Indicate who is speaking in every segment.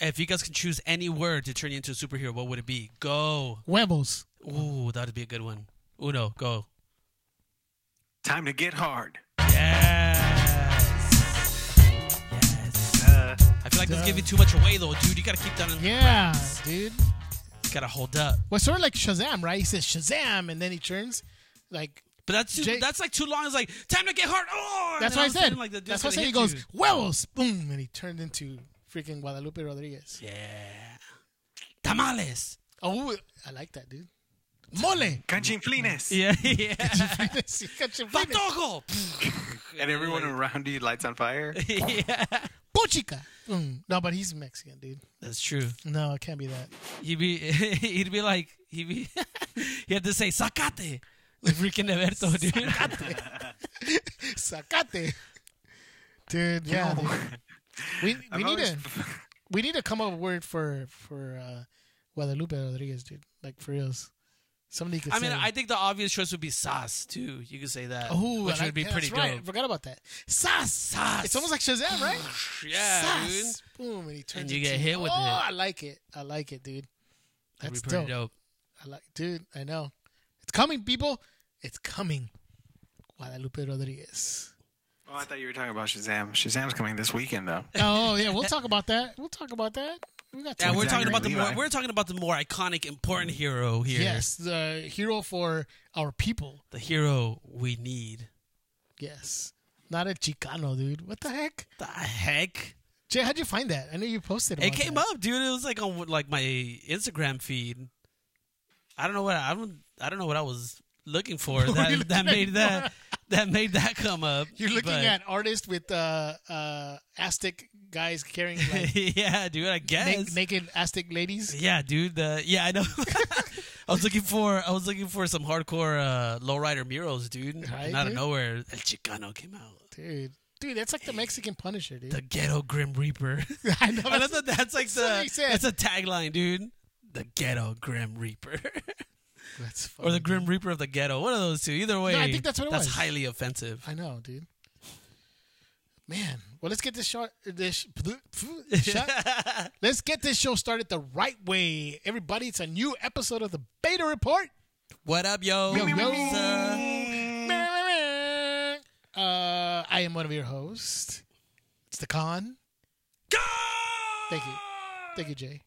Speaker 1: If you guys could choose any word to turn you into a superhero, what would it be? Go.
Speaker 2: Huevos.
Speaker 1: Ooh, that'd be a good one. Uno, go.
Speaker 3: Time to get hard.
Speaker 1: Yes. Yes.
Speaker 3: Uh,
Speaker 1: I feel like that's
Speaker 2: Duh.
Speaker 1: giving too much away, though, dude. You gotta keep that in.
Speaker 2: Yeah, dude.
Speaker 1: You gotta hold up.
Speaker 2: Well, sort of like Shazam, right? He says Shazam, and then he turns. Like
Speaker 1: But that's too,
Speaker 2: Jay-
Speaker 1: that's like too long. It's like time to get hard. Oh,
Speaker 2: that's
Speaker 1: and
Speaker 2: what I
Speaker 1: all of a sudden,
Speaker 2: said.
Speaker 1: Like the dude's
Speaker 2: that's what I said.
Speaker 1: gonna
Speaker 2: He
Speaker 1: hit
Speaker 2: goes
Speaker 1: you.
Speaker 2: huevos, boom, and he turned into freaking Guadalupe Rodriguez.
Speaker 1: Yeah. Tamales.
Speaker 2: Oh, I like that, dude. Mole.
Speaker 3: Canchinflines.
Speaker 1: Yeah, yeah.
Speaker 2: Vato.
Speaker 1: Patojo.
Speaker 3: And everyone around you lights on fire.
Speaker 1: yeah.
Speaker 2: Puchica. Mm. No, but he's Mexican, dude.
Speaker 1: That's true.
Speaker 2: No, it can't be that.
Speaker 1: He'd be he'd be like he'd be he had to say sacate. The freaking Alberto, dude.
Speaker 2: Sacate. Dude, yeah.
Speaker 3: No.
Speaker 2: dude. We, we
Speaker 3: I've
Speaker 2: need
Speaker 3: always-
Speaker 2: to we need to come up with a word for for uh, Guadalupe Rodriguez, dude. Like for reals. Somebody could
Speaker 1: I
Speaker 2: say.
Speaker 1: mean, I think the obvious choice would be sas too. You could say that,
Speaker 2: oh,
Speaker 1: which
Speaker 2: I like-
Speaker 1: would be
Speaker 2: yeah,
Speaker 1: pretty
Speaker 2: that's right. I
Speaker 1: dope.
Speaker 2: forgot about that. Sas.
Speaker 1: Sas.
Speaker 2: It's almost like Shazam, right?
Speaker 1: Yeah, dude.
Speaker 2: Sas. Boom, and he turns.
Speaker 1: you get
Speaker 2: into-
Speaker 1: hit with
Speaker 2: oh,
Speaker 1: it.
Speaker 2: I like it. I like it, dude.
Speaker 1: That'd
Speaker 2: That's
Speaker 1: be pretty
Speaker 2: dope.
Speaker 1: dope.
Speaker 2: I like, dude. I know, it's coming, people. It's coming. Guadalupe Rodriguez.
Speaker 3: Oh, I thought you were talking about Shazam. Shazam's coming this weekend, though.
Speaker 2: Oh yeah, we'll talk about that. We'll talk about that. We got
Speaker 1: Yeah,
Speaker 2: time.
Speaker 1: we're
Speaker 3: Zachary
Speaker 1: talking about the more
Speaker 3: Levi.
Speaker 1: we're talking about the more iconic, important hero here.
Speaker 2: yes, the hero for our people.
Speaker 1: the hero we need.
Speaker 2: Yes, not a Chicano, dude. What the heck,
Speaker 1: The heck?
Speaker 2: Jay? How'd you find that? I know you posted.
Speaker 1: It
Speaker 2: about
Speaker 1: came
Speaker 2: that.
Speaker 1: up, dude. It was like on like my Instagram feed. I don't know what I don't I don't know what I was looking for
Speaker 2: were you
Speaker 1: that that
Speaker 2: looking
Speaker 1: made that that made that come up.
Speaker 2: You're looking
Speaker 1: but-
Speaker 2: at artists with uh, uh, Aztec guys carrying like,
Speaker 1: yeah, dude. I guess.
Speaker 2: na- naked Aztec ladies.
Speaker 1: yeah, dude. The, yeah, I know. I was looking for I was looking for some hardcore uh, lowrider murals, dude.
Speaker 2: Right,
Speaker 1: and out
Speaker 2: dude?
Speaker 1: of nowhere, El Chicano came out.
Speaker 2: Dude, dude, that's like the Mexican Punisher, dude.
Speaker 1: The ghetto grim reaper.
Speaker 2: I know.
Speaker 1: I love that. That's like
Speaker 2: what
Speaker 1: the
Speaker 2: he said.
Speaker 1: that's a tagline, dude. The ghetto grim reaper,
Speaker 2: That's
Speaker 1: or
Speaker 2: funny,
Speaker 1: the
Speaker 2: dude.
Speaker 1: grim reaper of the ghetto. One of those two. Either way,
Speaker 2: Mm-hmm. think that's what it
Speaker 1: that's
Speaker 2: was.
Speaker 1: highly offensive.
Speaker 2: I know, dude. Man, well, let's get this shot. This shot. let's get this show started the right way, everybody. It's a new episode of the Beta Report.
Speaker 1: what up, yo?
Speaker 2: Yo, yo.
Speaker 1: What's up?
Speaker 2: Uh, I am one of your hosts. It's the con. Thank you, thank you, Jay.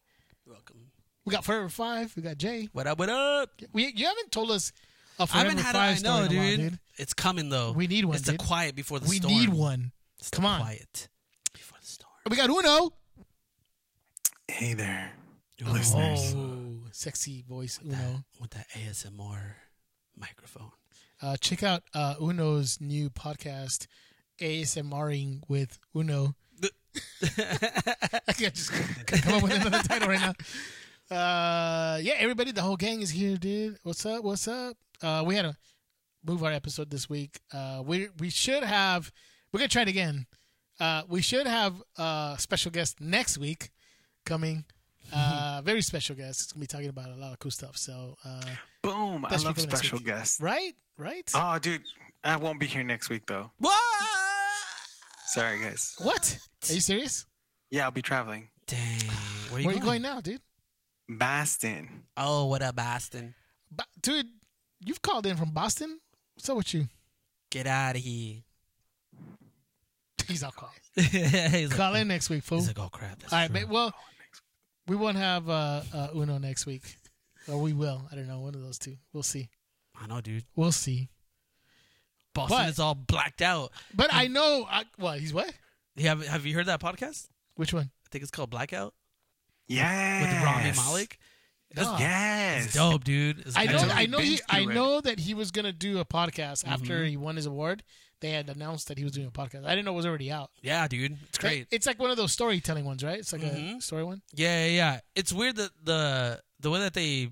Speaker 1: Welcome.
Speaker 2: We got Forever Five. We got Jay.
Speaker 1: What up? What up?
Speaker 2: We you haven't told us a
Speaker 1: I
Speaker 2: Forever
Speaker 1: haven't had. A,
Speaker 2: Five
Speaker 1: I know,
Speaker 2: story in a while,
Speaker 1: dude. It's coming though.
Speaker 2: We need one,
Speaker 1: It's
Speaker 2: dude.
Speaker 1: the quiet before the
Speaker 2: We
Speaker 1: storm.
Speaker 2: need one.
Speaker 1: It's
Speaker 2: Come
Speaker 1: the
Speaker 2: on.
Speaker 1: Quiet before the storm.
Speaker 2: We got Uno.
Speaker 3: Hey there, listeners.
Speaker 2: Oh, sexy voice, Uno.
Speaker 1: With that ASMR microphone.
Speaker 2: Uh, check out uh, Uno's new podcast, ASMRing with Uno. I think I just couldn't come up with another title right now. Uh, yeah, everybody, the whole gang is here, dude. What's up? What's up? Uh, we had to move our episode this week. Uh, we we should have. We're gonna try it again. Uh, we should have a special guest next week coming. Uh, very special guest. It's gonna be talking about a lot of cool stuff. So, uh,
Speaker 3: Boom! I
Speaker 2: That's
Speaker 3: love
Speaker 2: for next
Speaker 3: special
Speaker 2: week.
Speaker 3: guests.
Speaker 2: right, right.
Speaker 3: Oh, dude, I won't be here next week though.
Speaker 1: What?
Speaker 3: Sorry, guys.
Speaker 2: What? Are you serious?
Speaker 3: Yeah, I'll be traveling.
Speaker 1: Dang. Where
Speaker 2: Where are you going now, dude?
Speaker 3: Bastin.
Speaker 1: Oh, what up, Boston?
Speaker 2: Bo- dude, you've called in from Boston. What's up with you?
Speaker 1: Get out of here.
Speaker 2: He's all quiet.
Speaker 1: he's like,
Speaker 2: Call in next week, fool.
Speaker 1: he's like, oh crap. That's
Speaker 2: all right,
Speaker 1: true.
Speaker 2: ma- well, we won't have uh, uh, Uno next week, or we will. I don't know, one of those two. We'll see.
Speaker 1: I know, dude.
Speaker 2: We'll see.
Speaker 1: Boston
Speaker 2: But-
Speaker 1: is all blacked out.
Speaker 2: But I know. I, what he's what?
Speaker 1: You have Have you heard that podcast?
Speaker 2: Which one?
Speaker 1: I think it's called Blackout
Speaker 3: Yes.
Speaker 1: with Rami Malik. Oh,
Speaker 2: No.
Speaker 3: Yes.
Speaker 1: It's dope, dude. It's
Speaker 2: I know.
Speaker 1: dope.
Speaker 3: totally
Speaker 2: I know. He,
Speaker 3: binged
Speaker 2: I
Speaker 3: through it.
Speaker 2: know that he was gonna do a
Speaker 1: Mm-hmm.
Speaker 2: podcast after he won his award. They had announced that he was doing a podcast. I didn't know it was already out.
Speaker 1: Yeah, dude. It's great.
Speaker 2: It's like one of those storytelling ones, right? It's like a
Speaker 1: Mhm.
Speaker 2: story one.
Speaker 1: Yeah, yeah, yeah. It's weird that the the way that they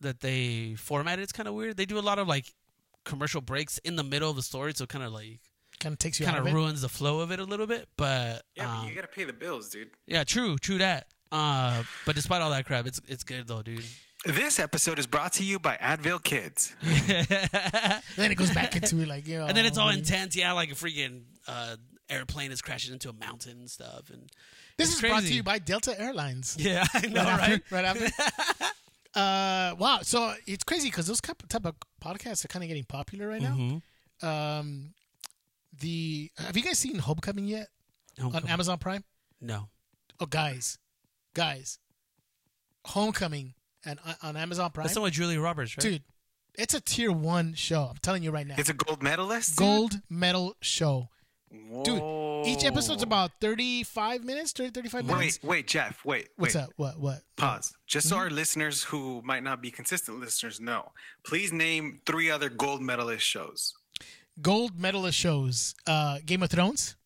Speaker 1: that they format it's kind of weird. They do a lot of like commercial breaks in the middle of the story, so kind of like
Speaker 2: Kind of takes you
Speaker 1: kind
Speaker 2: out of
Speaker 1: of
Speaker 2: it.
Speaker 1: ruins the flow of it a little bit. But
Speaker 3: Yeah,
Speaker 1: um,
Speaker 3: but you gotta pay the bills, dude.
Speaker 1: yeah, true, true that. Uh, but despite all that crap, it's it's good though, dude.
Speaker 3: This episode is brought to you by Advil Kids.
Speaker 2: then it goes back into like you know.
Speaker 1: and then it's all intense. Yeah, like a freaking uh, airplane is crashing into a mountain and stuff, and
Speaker 2: This
Speaker 1: It's
Speaker 2: is brought to
Speaker 1: crazy.
Speaker 2: you by Delta Airlines.
Speaker 1: Yeah, I know,
Speaker 2: right,
Speaker 1: right?
Speaker 2: after, right after. uh, wow. So it's crazy because those cup- type of podcasts are kind of getting popular right now.
Speaker 1: Mhm.
Speaker 2: Um, the have you guys seen Homecoming yet
Speaker 1: Oh,
Speaker 2: on
Speaker 1: come-
Speaker 2: Amazon Prime?
Speaker 1: no.
Speaker 2: Oh, guys, guys, Homecoming and uh, on Amazon Prime,
Speaker 1: That's the one with Julia Roberts, right?
Speaker 2: dude. It's a tier one show. I'm telling you right now.
Speaker 3: It's a gold medalist.
Speaker 2: gold medal show. Dude,
Speaker 3: Whoa.
Speaker 2: Each episode's
Speaker 1: Oh.
Speaker 2: about 35 minutes, 30, 35 minutes.
Speaker 3: Wait, wait, Jeff. Wait.
Speaker 2: What's
Speaker 3: wait.
Speaker 2: up? What? What?
Speaker 3: Pause. Just so our listeners who might not be consistent listeners know, please name three other gold medalist shows.
Speaker 2: Gold medalist shows. Uh, Game of Thrones,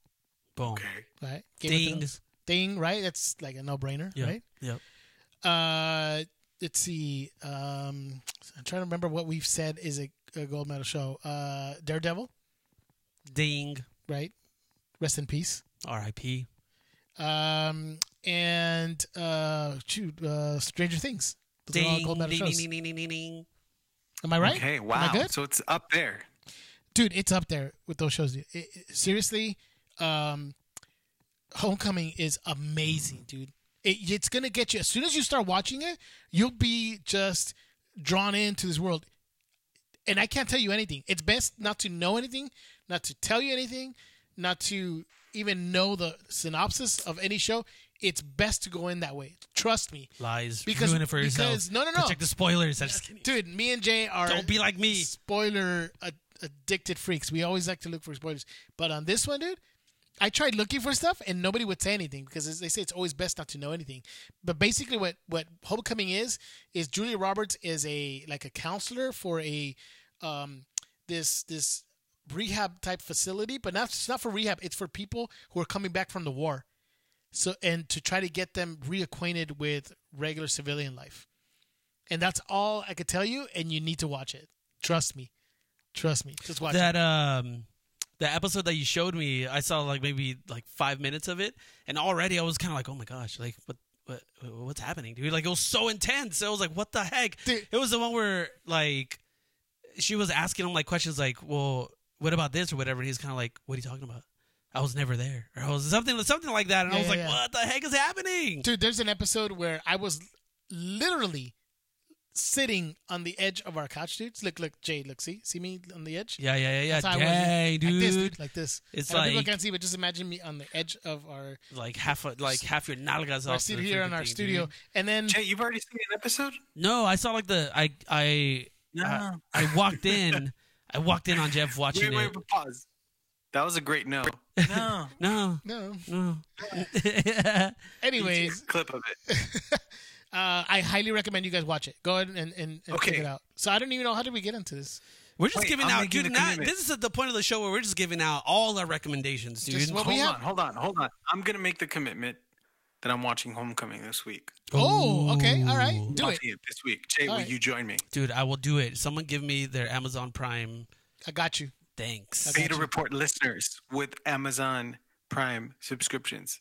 Speaker 1: Boom.
Speaker 3: Okay.
Speaker 2: right? Game of
Speaker 1: Ding.
Speaker 2: Thrones. Thing, right? That's like a no-brainer,
Speaker 1: Yeah.
Speaker 2: right?
Speaker 1: Yep.
Speaker 2: Uh, let's see. Um, I'm trying to remember what we've said is a, a gold medal show. Uh, Daredevil,
Speaker 1: Ding.
Speaker 2: right? Rest in peace.
Speaker 1: R.I.P.
Speaker 2: Um, and uh, shoot, uh, Stranger Things. Those are all
Speaker 1: Ding.
Speaker 2: gold medal
Speaker 1: ding,
Speaker 2: shows.
Speaker 1: ding, ding, ding, ding, ding.
Speaker 2: Am I right?
Speaker 3: Okay.
Speaker 2: Am I
Speaker 3: Wow.
Speaker 2: good?
Speaker 3: So it's up there.
Speaker 2: dude, it's up there with those shows. dude. It- it- seriously, um, Homecoming is amazing, dude. It, it's gonna get you as soon as you start watching it. You'll be just drawn into this world, and I can't tell you anything. It's best not to know anything, not to tell you anything, not to even know the synopsis of any show. It's best to go in that way. Trust me,
Speaker 1: Lies.
Speaker 2: Because-
Speaker 1: Ruin it for yourself.
Speaker 2: because- no, no,
Speaker 1: Go
Speaker 2: no.
Speaker 1: Check the spoilers. I'm just kidding.
Speaker 2: dude. Me and Jay are
Speaker 1: Don't be like me.
Speaker 2: spoiler ad- addicted freaks. We always like to look for spoilers. But on this one, dude, I tried looking for stuff and nobody would say anything because as they say it's always best not to know anything. But basically what what Homecoming is is Julia Roberts is a like a counselor for a um this this rehab type facility, but not it's not for rehab, it's for people who are coming back from the war. So and to try to get them reacquainted with regular civilian life. And that's all I could tell you and you need to watch it. Trust me. Trust me. Just watch it.
Speaker 1: that um the episode that you showed me i saw like maybe like five minutes of it and already i was kind of like oh my gosh like what what what's happening dude like it was so intense i was like what the heck
Speaker 2: Dude.
Speaker 1: it was the one where like she was asking him like questions like well what about this or whatever and he's kind of like what are you talking about i was never there or I was something something like that and
Speaker 2: Yeah,
Speaker 1: i was
Speaker 2: yeah,
Speaker 1: like
Speaker 2: yeah.
Speaker 1: what the heck is happening
Speaker 2: Dude, there's an episode where I was literally sitting on the edge of our couch, dude. Look, look, Jay, look, see, see me on the edge.
Speaker 1: yeah yeah yeah yeah
Speaker 2: That's how I was,
Speaker 1: dang
Speaker 2: Like this,
Speaker 1: dude
Speaker 2: dude, like this.
Speaker 1: It's
Speaker 2: I know people
Speaker 1: like-
Speaker 2: can't see, but just imagine me on the edge of our,
Speaker 1: like half a, like half your nalgas
Speaker 2: our
Speaker 1: off
Speaker 2: seat
Speaker 1: the
Speaker 2: here in
Speaker 1: freaking
Speaker 2: our
Speaker 1: thing,
Speaker 2: studio,
Speaker 1: dude.
Speaker 2: and then
Speaker 3: Jay, you've already seen an episode?
Speaker 1: no i saw like the i i Uh, I walked in. I walked in on Jeff watching
Speaker 3: Wait, wait,
Speaker 1: it.
Speaker 3: but pause. That was a great no. No.
Speaker 1: No,
Speaker 2: no.
Speaker 1: no.
Speaker 2: Anyways,
Speaker 3: clip of it.
Speaker 2: uh, I highly recommend you guys watch it. Go ahead and, and, and check
Speaker 3: Okay.
Speaker 2: it out. So I don't even know how did we get into this.
Speaker 1: we're just
Speaker 3: Wait,
Speaker 1: giving
Speaker 3: I'm
Speaker 1: out,
Speaker 3: making
Speaker 1: dude.
Speaker 3: the
Speaker 1: Not,
Speaker 3: commitment.
Speaker 1: this is at the point of the show where we're just giving out all our recommendations, dude.
Speaker 2: Just what-
Speaker 3: hold
Speaker 2: we
Speaker 3: on,
Speaker 2: have-
Speaker 3: hold on, hold on. I'm gonna make the commitment that I'm watching Homecoming this week.
Speaker 2: Oh, okay, all right,
Speaker 1: Ooh.
Speaker 2: do it.
Speaker 3: Watching it this week. Jay,
Speaker 2: All
Speaker 3: will
Speaker 2: right.
Speaker 3: you join me?
Speaker 1: dude. I will do it. Someone give me their Amazon Prime.
Speaker 2: I got you.
Speaker 1: Thanks.
Speaker 2: Okay.
Speaker 3: Beta
Speaker 2: you.
Speaker 3: report listeners with Amazon Prime subscriptions.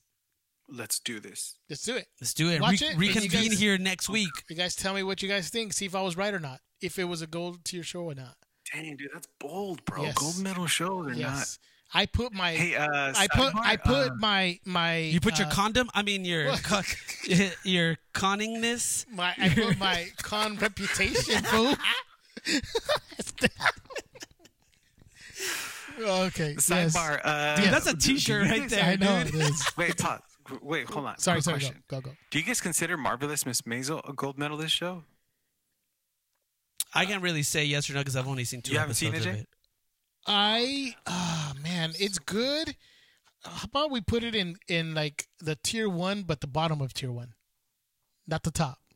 Speaker 3: Let's do this.
Speaker 2: Let's do it.
Speaker 1: Let's do it.
Speaker 2: Watch
Speaker 1: Re-
Speaker 2: it, and you
Speaker 1: reconvene
Speaker 2: guys-
Speaker 1: here next week.
Speaker 2: You guys tell me what you guys think. See if I was right or not. If it was a gold tier show or not.
Speaker 3: Dang, dude, that's bold, bro.
Speaker 2: Yes.
Speaker 3: Gold medal shows or
Speaker 2: Yes, I put my
Speaker 3: not? Hey, uh,
Speaker 2: I put I
Speaker 3: sidebar,
Speaker 2: put
Speaker 3: uh,
Speaker 2: my my
Speaker 1: You put your
Speaker 2: uh,
Speaker 1: condom. I mean your con- your conningness.
Speaker 2: my I put my con reputation. Fool. okay. yes.
Speaker 3: sidebar. Uh,
Speaker 1: Dude, that's a T-shirt right there.
Speaker 2: I know
Speaker 1: dude.
Speaker 2: it is.
Speaker 3: Wait, pause. Wait, hold on.
Speaker 2: Sorry,
Speaker 3: Quick
Speaker 2: sorry. Go,
Speaker 3: question.
Speaker 2: go, go.
Speaker 3: Do you guys consider Marvelous Miss Maisel a gold medalist show?
Speaker 1: I can't really say yes or no because I've only seen two
Speaker 3: You haven't
Speaker 1: episodes
Speaker 3: seen it,
Speaker 1: of
Speaker 3: Jay?
Speaker 1: it.
Speaker 2: I ah man, it's good. How about we put it in in like the tier one, but the bottom of tier one, not the top.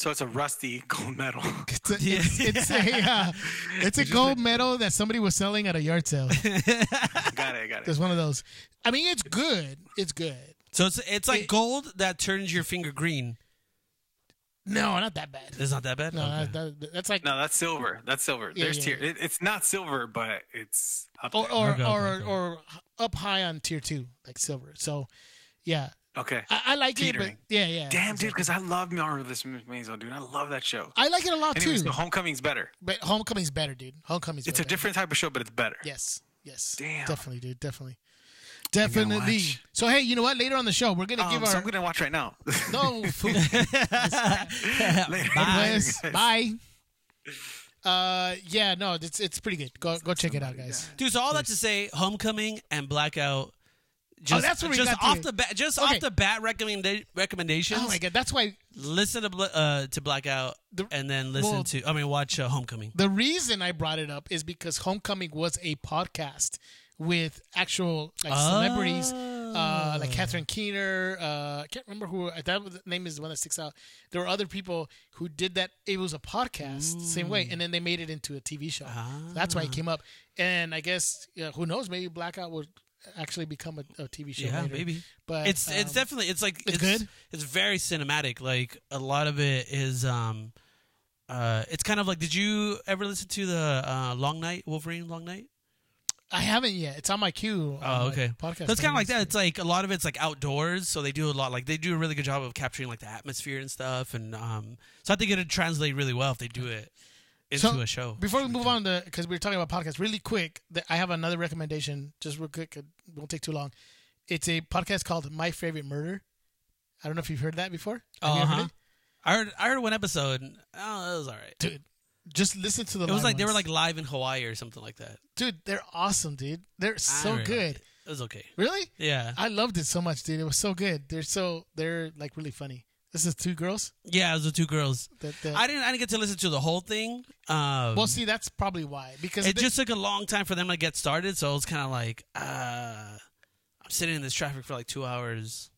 Speaker 3: So it's a rusty gold medal.
Speaker 2: It's a,
Speaker 1: Yeah.
Speaker 2: it's, it's a, uh, it's a gold medal that somebody was selling at a yard sale.
Speaker 3: got it, got it.
Speaker 2: There's one of those. I mean, it's good. It's good.
Speaker 1: So it's it's like
Speaker 2: It-
Speaker 1: gold that turns your finger green.
Speaker 2: No, not that bad.
Speaker 1: It's not that bad.
Speaker 2: No,
Speaker 1: Okay.
Speaker 2: that, that, that's like
Speaker 3: No, that's silver. That's silver.
Speaker 2: Yeah,
Speaker 3: There's
Speaker 2: yeah, Oh,
Speaker 3: tier. It, it's not silver, but it's up
Speaker 2: or
Speaker 3: there.
Speaker 2: or,
Speaker 1: Okay, okay,
Speaker 2: or,
Speaker 1: okay.
Speaker 2: or up high on tier two, like silver. So, yeah,
Speaker 3: okay.
Speaker 2: I, I like it,
Speaker 3: Teetering.
Speaker 2: but yeah, oh. yeah.
Speaker 3: Damn,
Speaker 2: exactly.
Speaker 3: dude, because I love Marvelous Miss Maisel, dude. I love that show.
Speaker 2: I like it a lot
Speaker 3: Anyways,
Speaker 2: too.
Speaker 3: the Homecoming's better.
Speaker 2: but Homecoming's better, dude. Homecoming's
Speaker 3: It's
Speaker 2: way
Speaker 3: a
Speaker 2: better.
Speaker 3: different type of show, but it's better.
Speaker 2: Yes, yes,
Speaker 3: Damn.
Speaker 2: definitely, dude, definitely. Definitely.
Speaker 3: watch.
Speaker 2: So hey, you know what? Later on the show, we're gonna
Speaker 3: Um,
Speaker 2: give
Speaker 3: so
Speaker 2: our
Speaker 3: I'm gonna watch right now.
Speaker 2: no food
Speaker 3: Later.
Speaker 1: Bye.
Speaker 2: Yes, Bye. Uh, yeah, no, it's it's pretty good. Go go check it out, guys.
Speaker 1: Dude, so all that to say, Homecoming and Blackout. Just,
Speaker 2: Oh, that's where we
Speaker 1: just
Speaker 2: got to
Speaker 1: off
Speaker 2: it.
Speaker 1: the bat, just
Speaker 2: Okay.
Speaker 1: off the bat recommenda- recommendations.
Speaker 2: Oh my god, that's why
Speaker 1: Listen to Bla- uh, to Blackout,
Speaker 2: The-
Speaker 1: and then listen
Speaker 2: well-
Speaker 1: to. I mean, watch uh, Homecoming.
Speaker 2: the reason I brought it up is because Homecoming was a podcast with actual like celebrities, uh,
Speaker 1: Ah.
Speaker 2: like Catherine Keener. Uh, I can't remember who I thought the name is the one that sticks out. There were other people who did that. It was a podcast, same
Speaker 1: Mm.
Speaker 2: way, and then they made it into a TV show. So that's
Speaker 1: Ah.
Speaker 2: why it came up. And I guess yeah, who knows? Maybe Blackout would actually become a, a TV show.
Speaker 1: Yeah,
Speaker 2: later.
Speaker 1: maybe.
Speaker 2: But
Speaker 1: it's it's
Speaker 2: um,
Speaker 1: definitely it's like it's
Speaker 2: it's good?
Speaker 1: It's very cinematic. Like a lot of it is. um uh, it's kind of like. Did you ever listen to the uh, Long Night Wolverine Long Night?
Speaker 2: I haven't yet. It's on my queue. on
Speaker 1: Oh,
Speaker 2: my
Speaker 1: okay.
Speaker 2: Podcast.
Speaker 1: That's kind of like
Speaker 2: playlist.
Speaker 1: that. It's like a lot of it's like outdoors, so they do a lot. Like they do a really good job of capturing like the atmosphere and stuff. And um, so I think it'd translate really well if they do it into
Speaker 2: So,
Speaker 1: a show.
Speaker 2: Before we move on to, because we were talking about podcasts, really quick, th- I have another recommendation, just real quick. It won't take too long. It's a podcast called My Favorite Murder. I don't know if you've heard that before. Have you ever heard
Speaker 1: Uh-huh. I heard I heard one episode. and, Oh, it was all right.
Speaker 2: it? Dude, just listen to the.
Speaker 1: It was
Speaker 2: live
Speaker 1: like they were
Speaker 2: ones.
Speaker 1: like live in Hawaii or something like that.
Speaker 2: dude, they're awesome, dude. They're
Speaker 1: I
Speaker 2: so
Speaker 1: don't know.
Speaker 2: good.
Speaker 1: It was okay.
Speaker 2: Really,
Speaker 1: Yeah,
Speaker 2: I loved it so much, dude. It was so good. They're so they're like really funny. This is two girls.
Speaker 1: yeah. It was the two girls.
Speaker 2: That, that
Speaker 1: I didn't I didn't get to listen to the whole thing. Um,
Speaker 2: Uh, well, see, that's probably why because
Speaker 1: it
Speaker 2: they-
Speaker 1: just took a long time for them to get started, so it was kind of like uh, I'm sitting in this traffic for like two hours.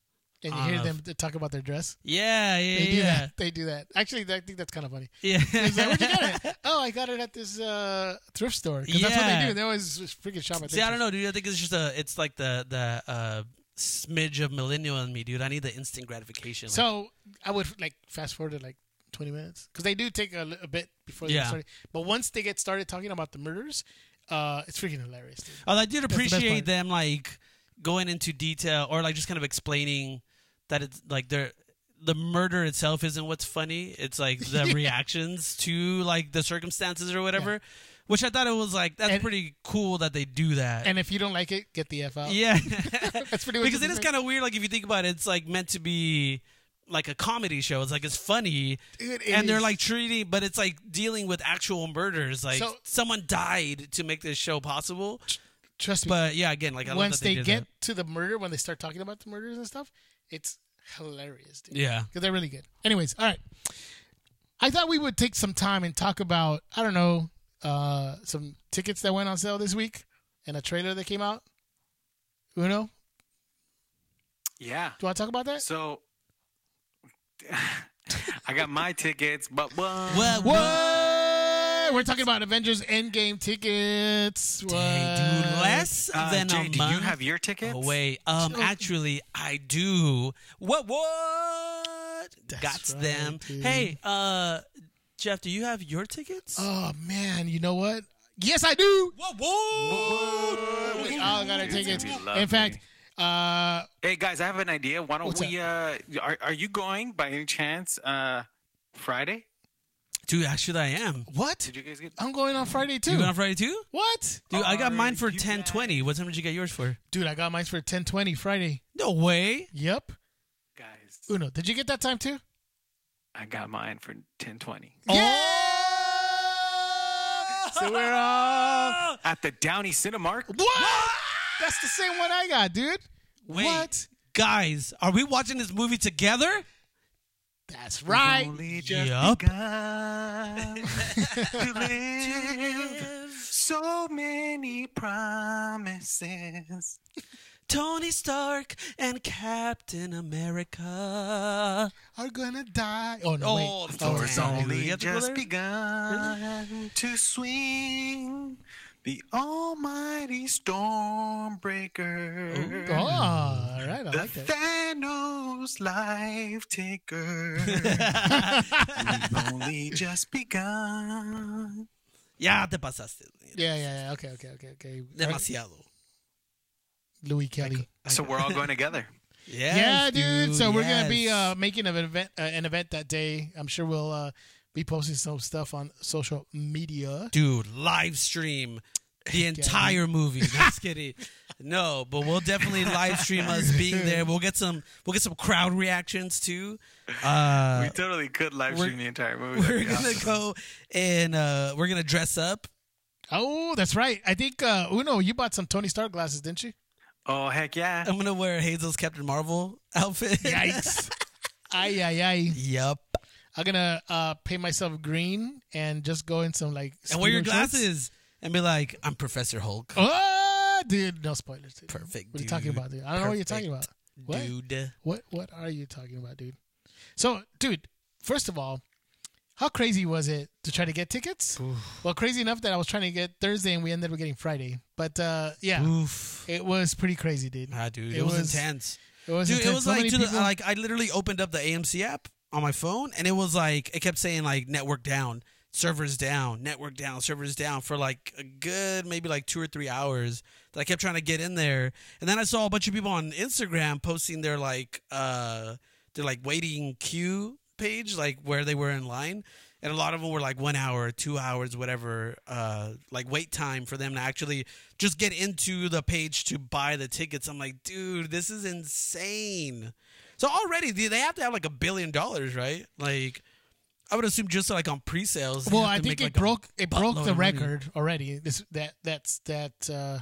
Speaker 2: and you hear
Speaker 1: uh,
Speaker 2: them talk about their dress.
Speaker 1: Yeah, yeah,
Speaker 2: They do
Speaker 1: yeah.
Speaker 2: that. They do that. Actually, I think that's kind of funny.
Speaker 1: Yeah.
Speaker 2: He's like, where'd you get it? Oh, I got it at this uh, thrift store. 'Cause that's what they
Speaker 1: Yeah.
Speaker 2: do. They always just freaking shop at
Speaker 1: See, I don't know, dude. I think it's just a, it's like the the uh, smidge of millennial in me, dude. I need the instant gratification. Like,
Speaker 2: So I would like fast forward to like 20 minutes because they do take a, li- a bit before they get
Speaker 1: Yeah.
Speaker 2: started. But once they get started talking about the murders, uh, it's freaking hilarious. Dude.
Speaker 1: Although I did
Speaker 2: the best
Speaker 1: appreciate
Speaker 2: part.
Speaker 1: them like going into detail or like just kind of explaining that it's like they're. The murder itself isn't what's funny. It's like the reactions to like the circumstances or whatever, which I thought it was like that's
Speaker 2: And-
Speaker 1: pretty cool that they do that.
Speaker 2: And if you don't like it, get the F
Speaker 3: Oh.
Speaker 2: out.
Speaker 1: Yeah,
Speaker 2: That's pretty much
Speaker 1: because
Speaker 2: what
Speaker 1: it
Speaker 2: they
Speaker 1: is
Speaker 2: say.
Speaker 1: kind of weird. Like if you think about it, it's like meant to be like a comedy show. It's like it's funny,
Speaker 2: Dude, it
Speaker 1: and they're
Speaker 2: is-
Speaker 1: like treating, but it's like dealing with actual murders. Like
Speaker 2: So-
Speaker 1: someone died to make this show possible.
Speaker 2: trust me.
Speaker 1: But yeah, again, like I love
Speaker 2: once
Speaker 1: that they,
Speaker 2: they
Speaker 1: did
Speaker 2: get to the murder, when they start talking about the murders and stuff, it's hilarious, dude.
Speaker 1: that. yeah,
Speaker 2: because they're really good. Anyways, all right. I thought we would take some time and talk about I don't know uh, some tickets that went on sale this week and a trailer that came out. Uno,
Speaker 3: yeah.
Speaker 2: do you want to talk about that?
Speaker 3: So I got my tickets, but what?
Speaker 1: well,
Speaker 2: What? We're talking about Avengers Endgame tickets. What?
Speaker 1: Dang, dude, less
Speaker 3: Uh,
Speaker 1: than
Speaker 3: Jay,
Speaker 1: a
Speaker 3: do
Speaker 1: month
Speaker 3: you have your tickets?
Speaker 1: away. Um, actually, I do. What? What? Got
Speaker 2: right,
Speaker 1: them.
Speaker 2: dude.
Speaker 1: Hey, uh, Jeff, do you have your tickets?
Speaker 2: Oh man, you know what? Yes, I do.
Speaker 1: What? What?
Speaker 2: We all got our
Speaker 3: It's gonna
Speaker 2: tickets.
Speaker 3: be
Speaker 2: In
Speaker 3: lovely.
Speaker 2: fact, uh,
Speaker 3: Hey guys, I have an idea. Why don't
Speaker 2: What's
Speaker 3: we? Uh, are are you going by any chance? Uh, Friday?
Speaker 1: Dude, actually, I am.
Speaker 2: what?
Speaker 3: Did you guys get?
Speaker 2: I'm going on Friday too.
Speaker 1: You going on Friday too?
Speaker 2: what?
Speaker 1: Dude, I got
Speaker 3: Are
Speaker 1: mine for
Speaker 3: you
Speaker 1: ten twenty. What time did you get yours for?
Speaker 2: Dude, I got mine for 10:20 Friday.
Speaker 1: No way.
Speaker 2: Yep.
Speaker 3: Guys,
Speaker 2: Uno, did you get that time too?
Speaker 3: I got mine for ten twenty
Speaker 1: Oh!
Speaker 2: So we're all.
Speaker 3: at the Downey Cinemark.
Speaker 2: What? That's the same one I got, dude.
Speaker 1: Wait,
Speaker 2: What?
Speaker 1: guys? Are we watching this movie together?
Speaker 2: That's right.
Speaker 3: Only just
Speaker 1: Yup.
Speaker 3: begun to live. So many promises.
Speaker 1: Tony Stark and Captain America.
Speaker 2: Are gonna die. Oh no!
Speaker 1: Oh,
Speaker 2: wait.
Speaker 1: Thor
Speaker 2: wait.
Speaker 1: is on. Dude, you
Speaker 3: Only
Speaker 1: have to go
Speaker 3: just
Speaker 1: there?
Speaker 3: begun to swing the almighty stormbreaker.
Speaker 2: Oh, all right. I
Speaker 3: The
Speaker 2: like that.
Speaker 3: Thanos life taker. We've only just begun.
Speaker 1: Yeah, te pasaste.
Speaker 2: Yeah, yeah, yeah. Okay, okay, okay, okay.
Speaker 1: Demasiado.
Speaker 2: Louis Kelly.
Speaker 3: So we're all going together.
Speaker 1: Yes,
Speaker 2: yeah, dude. So we're gonna be
Speaker 1: yes.
Speaker 2: uh, making an event, uh, an event that day. I'm sure we'll uh, be posting some stuff on social media.
Speaker 1: dude live stream the entire movie. Just kidding. No, but we'll definitely live stream us being there. We'll get some we'll get some crowd reactions too. Uh,
Speaker 3: we totally could live
Speaker 1: we're-
Speaker 3: stream the entire movie.
Speaker 1: we're
Speaker 3: That'd be
Speaker 1: gonna
Speaker 3: awesome.
Speaker 1: go and uh, we're gonna dress up.
Speaker 2: Oh, that's right. I think uh, Uno, you bought some Tony Stark glasses, didn't you?
Speaker 3: Oh heck yeah!
Speaker 1: I'm gonna wear Hazel's Captain Marvel outfit.
Speaker 2: Yikes. ay ay ay.
Speaker 1: yep.
Speaker 2: I'm gonna uh, paint myself green and just go in some like.
Speaker 1: And wear your
Speaker 2: Speedo shorts.
Speaker 1: glasses and be like, I'm Professor Hulk.
Speaker 2: Oh, dude, no spoilers. Dude.
Speaker 1: Perfect,
Speaker 2: What are you talking
Speaker 1: dude.
Speaker 2: about, dude? I don't know what you're talking about.
Speaker 1: Perfect,
Speaker 2: What?
Speaker 1: Dude.
Speaker 2: What? What are you talking about, dude? So, dude, first of all, how crazy was it to try to get tickets? Well, crazy enough that I was trying to get Thursday and we ended up getting Friday. But uh, yeah,
Speaker 1: Oof.
Speaker 2: it was pretty crazy, dude.
Speaker 1: Ah, dude,
Speaker 2: It
Speaker 1: it, was,
Speaker 2: was-
Speaker 1: intense.
Speaker 2: It was
Speaker 1: Dude,
Speaker 2: intense.
Speaker 1: it was
Speaker 2: So
Speaker 1: like
Speaker 2: many
Speaker 1: to the,
Speaker 2: people-
Speaker 1: like I literally opened up the AMC app on my phone, and it was like it kept saying like network down, servers down, network down, servers down for like a good maybe like two or three hours. That I kept trying to get in there, and then I saw a bunch of people on Instagram posting their like uh their like waiting queue page, like where they were in line. And a lot of them were like one hour, two hours, whatever, uh, like wait time for them to actually just get into the page to buy the tickets. I'm like, dude, this is insane. So already dude, they have to have like a billion dollars, right? Like, I would assume just like on pre-sales. they
Speaker 2: well,
Speaker 1: have
Speaker 2: I
Speaker 1: to make,
Speaker 2: think it
Speaker 1: like, a-
Speaker 2: broke it
Speaker 1: buttload
Speaker 2: broke the
Speaker 1: of money.
Speaker 2: record already. This that that's that uh,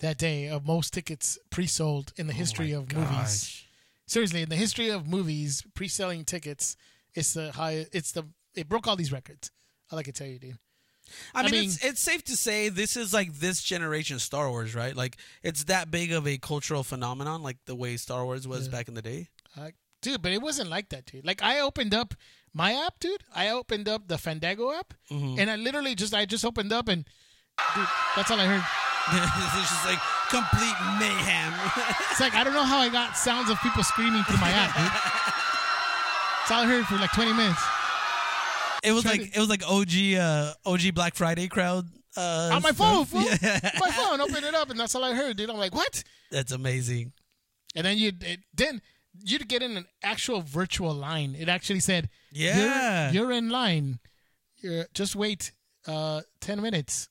Speaker 2: that day of most tickets pre-sold in the history
Speaker 1: Oh my
Speaker 2: of movies.
Speaker 1: gosh.
Speaker 2: Seriously, in the history of movies, pre-selling tickets, it's the high. It's the it broke all these records. All I can tell you, dude.
Speaker 1: I
Speaker 2: I
Speaker 1: mean,
Speaker 2: mean-
Speaker 1: it's, it's safe to say this is like this generation Star Wars, right? Like, it's that big of a cultural phenomenon, like the way Star Wars was
Speaker 2: Yeah.
Speaker 1: back in the day.
Speaker 2: Uh, dude, but it wasn't like that, dude. Like I opened up my app, dude. I opened up the Fandango app,
Speaker 1: Mm-hmm.
Speaker 2: and I literally just I just opened up and dude, that's all I heard.
Speaker 1: it's just like complete mayhem.
Speaker 2: It's like I don't know how I got sounds of people screaming through my app, dude. That's all I heard for like 20 minutes.
Speaker 1: It was
Speaker 2: Try
Speaker 1: like it was like OG uh, OG Black Friday crowd. Uh,
Speaker 2: on my phone,
Speaker 1: stuff.
Speaker 2: fool.
Speaker 1: Yeah.
Speaker 2: my phone. Open it up, and that's all I heard, dude. I'm like, what?
Speaker 1: That's amazing.
Speaker 2: And then you it, then you'd get in an actual virtual line. It actually said, "You're-
Speaker 1: Yeah.
Speaker 2: you're, in line. You're just wait uh, 10 minutes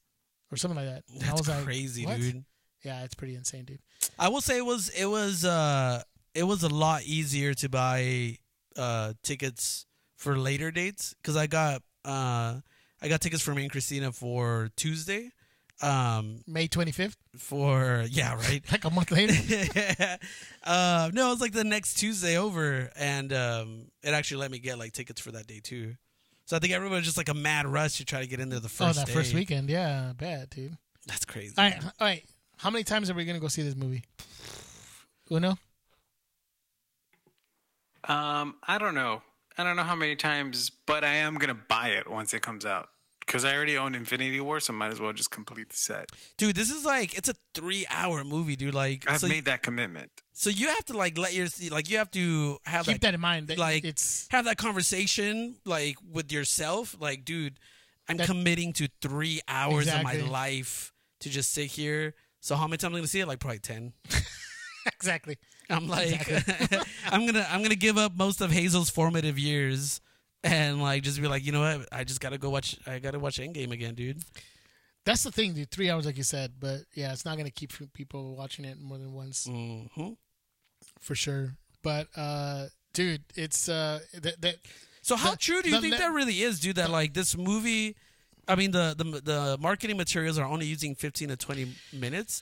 Speaker 2: or something like that." And I
Speaker 1: That's
Speaker 2: was like,
Speaker 1: crazy,
Speaker 2: "What?"
Speaker 1: dude.
Speaker 2: Yeah, it's pretty insane, dude.
Speaker 1: I will say it was it was uh it was a lot easier to buy uh tickets for later dates because I got uh I got tickets for me and Christina for Tuesday. Um,
Speaker 2: May 25th,
Speaker 1: for yeah, right.
Speaker 2: like a month later.
Speaker 1: uh, no, it was like the next Tuesday over, and um, it actually let me get like tickets for that day too. So I think everyone was just like a mad rush to try to get in there the
Speaker 2: oh,
Speaker 1: first.
Speaker 2: that
Speaker 1: day.
Speaker 2: first weekend. Yeah, bad, dude.
Speaker 1: That's crazy.
Speaker 2: All right, all right. How many times are we gonna go see this movie? Uno.
Speaker 3: Um, I don't know. I don't know how many times, but I am gonna buy it once it comes out because I already own Infinity War, so might as well just complete the set.
Speaker 1: dude, this is like it's a three-hour movie, dude. Like,
Speaker 3: I've
Speaker 1: so,
Speaker 3: made that commitment.
Speaker 1: so you have to like let your like you have to have
Speaker 2: Keep
Speaker 1: that
Speaker 2: that in mind. That
Speaker 1: like-
Speaker 2: it's
Speaker 1: have that conversation like with yourself, like, dude, I'm
Speaker 2: That-
Speaker 1: committing to three hours of
Speaker 2: Exactly.
Speaker 1: my life to just sit here. So how many times am I gonna see it? Like probably ten.
Speaker 2: exactly.
Speaker 1: I'm like, I'm gonna, I'm gonna give up most of Hazel's formative years, and like just be like, you know what? I just gotta go watch. I gotta watch Endgame again, dude.
Speaker 2: That's the thing, dude. Three hours, like you said, but yeah, it's not gonna keep people watching it more than once
Speaker 1: hmm
Speaker 2: for sure. But uh, dude, it's uh, that that
Speaker 1: So how
Speaker 2: The-
Speaker 1: true do you
Speaker 2: the
Speaker 1: think
Speaker 2: le-
Speaker 1: that really is, dude? That like this movie, I mean the the the marketing materials are only using 15 to 20 minutes,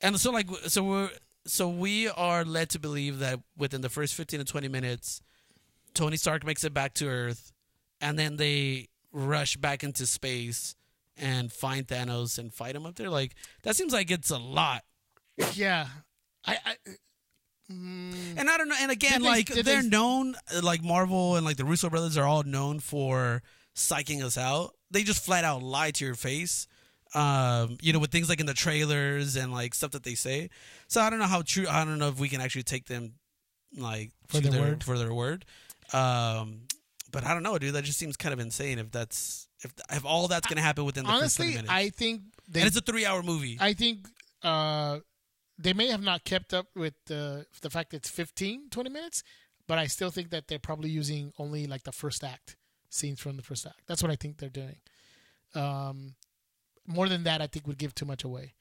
Speaker 1: and so like so we're so we are led to believe that within the first 15 to 20 minutes, Tony Stark makes it back to Earth, and then they rush back into space and find Thanos and fight him up there. Like that seems like it's a lot.
Speaker 2: yeah, I. I mm,
Speaker 1: And I don't know. And again,
Speaker 2: Did they-
Speaker 1: like
Speaker 2: did
Speaker 1: they're
Speaker 2: they-
Speaker 1: known, like Marvel and like the Russo brothers are all known for psyching us out. They just flat out lie to your face. Um, you know, with things like in the trailers and like stuff that they say. So I don't know how true. I don't know if we can actually take them like
Speaker 2: For
Speaker 1: to
Speaker 2: their word.
Speaker 1: for their word. Um, but I don't know, dude. That just seems kind of insane. If that's if if all that's gonna happen within the first
Speaker 2: honestly,
Speaker 1: 20 minutes.
Speaker 2: I think they.
Speaker 1: and it's a three-hour movie.
Speaker 2: I think uh, they may have not kept up with the the fact that it's 15, 20 minutes, but I still think that they're probably using only like the first act scenes from the first act. That's what I think they're doing. Um, more than that, I think would give too much away.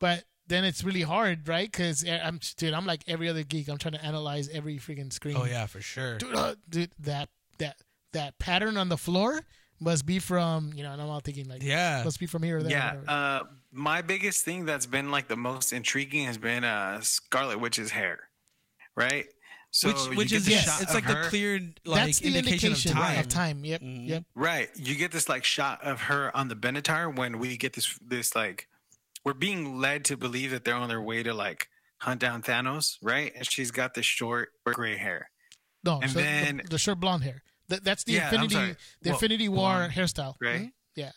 Speaker 2: But then it's really hard, right? Because I'm dude, I'm like every other geek. I'm trying to analyze every freaking screen.
Speaker 1: Oh yeah, for sure.
Speaker 2: dude, uh, dude, that that that pattern on the floor must be from you know. And I'm all thinking like,
Speaker 1: Yeah.
Speaker 2: must be from here or there.
Speaker 3: Yeah.
Speaker 2: whatever.
Speaker 3: Uh, my biggest thing that's been like the most intriguing has been uh, Scarlet Witch's hair, right? So
Speaker 1: which which
Speaker 3: you get
Speaker 1: is
Speaker 3: the
Speaker 2: Yes.
Speaker 1: yes,
Speaker 3: shot
Speaker 1: it's
Speaker 3: of
Speaker 1: like
Speaker 3: her-
Speaker 1: the clear like
Speaker 2: That's the
Speaker 1: indication, of time.
Speaker 2: right, of time. Yep,
Speaker 1: Mhm.
Speaker 2: yep.
Speaker 3: Right. You get this like shot of her on the Benatar when we get this this like we're being led to believe that they're on their way to like hunt down Thanos, right? And she's got this short gray hair.
Speaker 2: No,
Speaker 3: And
Speaker 2: so the-
Speaker 3: then-
Speaker 2: the, short blonde hair. That, that's the
Speaker 3: Yeah, I'm
Speaker 2: Infinity
Speaker 3: sorry.
Speaker 2: the
Speaker 3: Well,
Speaker 2: Infinity War
Speaker 3: blonde,
Speaker 2: hairstyle.
Speaker 3: right?
Speaker 2: Mhm. Yeah.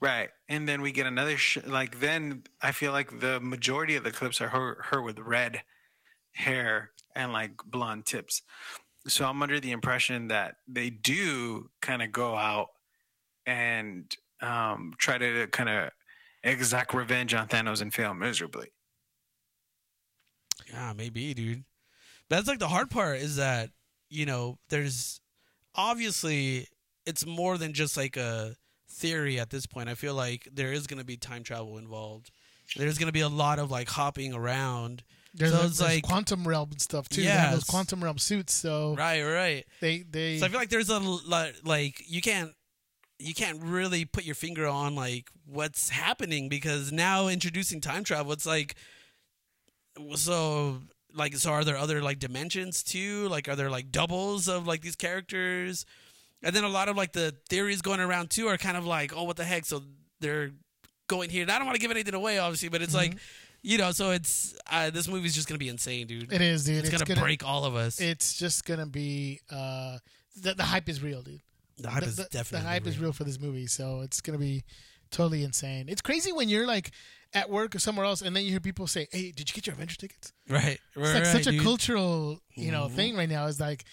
Speaker 3: Right. And then we get another sh- like then I feel like the majority of the clips are her her with red hair and like blonde tips. So I'm under the impression that they do kind of go out and um try to kind of exact revenge on Thanos and fail miserably.
Speaker 1: Yeah, Ah, maybe, dude. That's like the hard part is that, you know, there's obviously it's more than just like a theory at this point. I feel like there is going to be time travel involved. There's going to be a lot of like hopping around.
Speaker 2: There's,
Speaker 1: So
Speaker 2: a-
Speaker 1: it's
Speaker 2: there's
Speaker 1: like-
Speaker 2: quantum realm and stuff too. They have those
Speaker 1: Yes.
Speaker 2: quantum realm suits. So
Speaker 1: Right, right.
Speaker 2: they they
Speaker 1: So I feel like there's a lot like you can't you can't really put your finger on like what's happening because now introducing time travel it's like so like so are there other like dimensions too like are there like doubles of like these characters and then a lot of like the theories going around too are kind of like oh what the heck so they're going here and I don't want to give anything away obviously but it's like you know so it's uh, this movie's just gonna be insane dude
Speaker 2: Mm-hmm. it is, dude.
Speaker 1: it's, gonna, break all of us
Speaker 2: It's just gonna be uh, the the hype is real, dude.
Speaker 1: the hype is
Speaker 2: the,
Speaker 1: definitely
Speaker 2: the hype is real for this movie. So it's gonna be totally insane. It's crazy when you're like at work or somewhere else, and then you hear people say, "Hey, did you get your adventure tickets?"
Speaker 1: right
Speaker 2: It's
Speaker 1: right,
Speaker 2: like such a
Speaker 1: dude. Mm-hmm.
Speaker 2: cultural you know thing right now. Is like,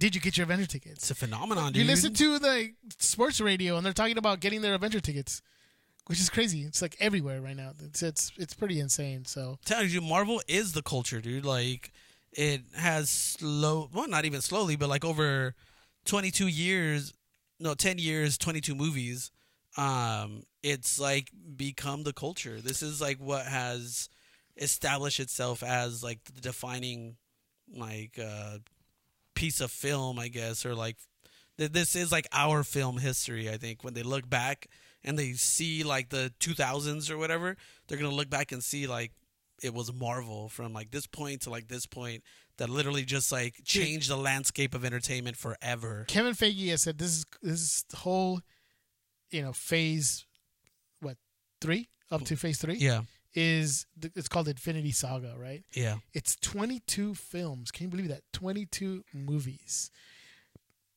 Speaker 2: did you get your adventure tickets?
Speaker 1: It's a phenomenon, Oh, dude.
Speaker 2: You listen to the sports radio, and they're talking about getting their adventure tickets, which is crazy. It's like everywhere right now. It's it's it's pretty insane. So
Speaker 1: telling you, Marvel is the culture, dude. Like it has slow, well, not even slowly, but like over twenty-two years, no, ten years, twenty-two movies. Um, it's like become the culture. This is like what has established itself as like the defining, like uh, piece of film, I guess, or like th- this is like our film history. I think when they look back and they see like the 2000s or whatever, they're gonna look back and see like it was Marvel from like this point to like this point that literally just like changed the landscape of entertainment forever.
Speaker 2: Kevin Feige has said this is this is the whole, you know, phase, what three up to phase three
Speaker 1: Yeah,
Speaker 2: is th- it's called Infinity Saga, right?
Speaker 1: yeah,
Speaker 2: It's 22 films. Can you believe that? 22 movies.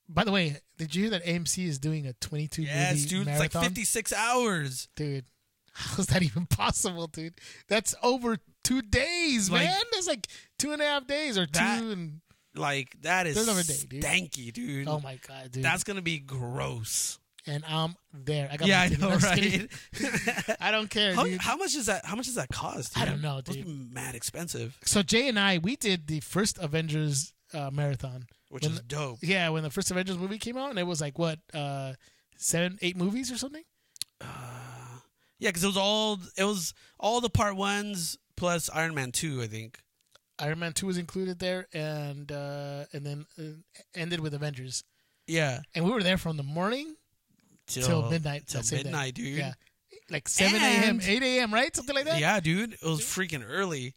Speaker 2: By the way, did you hear that AMC is doing a 22
Speaker 1: yes,
Speaker 2: movie
Speaker 1: dude.
Speaker 2: marathon?
Speaker 1: It's like 56 hours.
Speaker 2: dude. How's that even possible, dude? That's over two days,
Speaker 1: Like-
Speaker 2: man. That's like two and a half days or two.
Speaker 1: That-
Speaker 2: and,
Speaker 1: Like that is
Speaker 2: There's another day, dude.
Speaker 1: stanky, dude.
Speaker 2: oh my god, dude!
Speaker 1: That's gonna be gross.
Speaker 2: and I'm there. I got
Speaker 1: Yeah,
Speaker 2: my
Speaker 1: I
Speaker 2: ticket.
Speaker 1: know,
Speaker 2: I'm just kidding.
Speaker 1: right?
Speaker 2: I don't care,
Speaker 1: how,
Speaker 2: dude.
Speaker 1: how much is that? How much does that cost?
Speaker 2: I
Speaker 1: dude?
Speaker 2: don't know,
Speaker 1: Must be mad expensive,
Speaker 2: so Jay and I, we did the first Avengers uh, marathon.
Speaker 1: which
Speaker 2: When
Speaker 1: is
Speaker 2: the-
Speaker 1: dope.
Speaker 2: Yeah, when the first Avengers movie came out, and it was like what uh, seven, eight movies or something.
Speaker 1: Yeah, because it was all it was all the part ones plus Iron Man two, I think.
Speaker 2: Iron Man two was included there, and uh, and then uh, ended with Avengers.
Speaker 1: Yeah,
Speaker 2: And we were there from the morning
Speaker 1: till,
Speaker 2: Till midnight,
Speaker 1: Till
Speaker 2: that same day.
Speaker 1: midnight, dude.
Speaker 2: Yeah. like 7 a.m.,
Speaker 1: And-
Speaker 2: 8 a.m., right? Something like that?
Speaker 1: Yeah, dude, it was freaking early,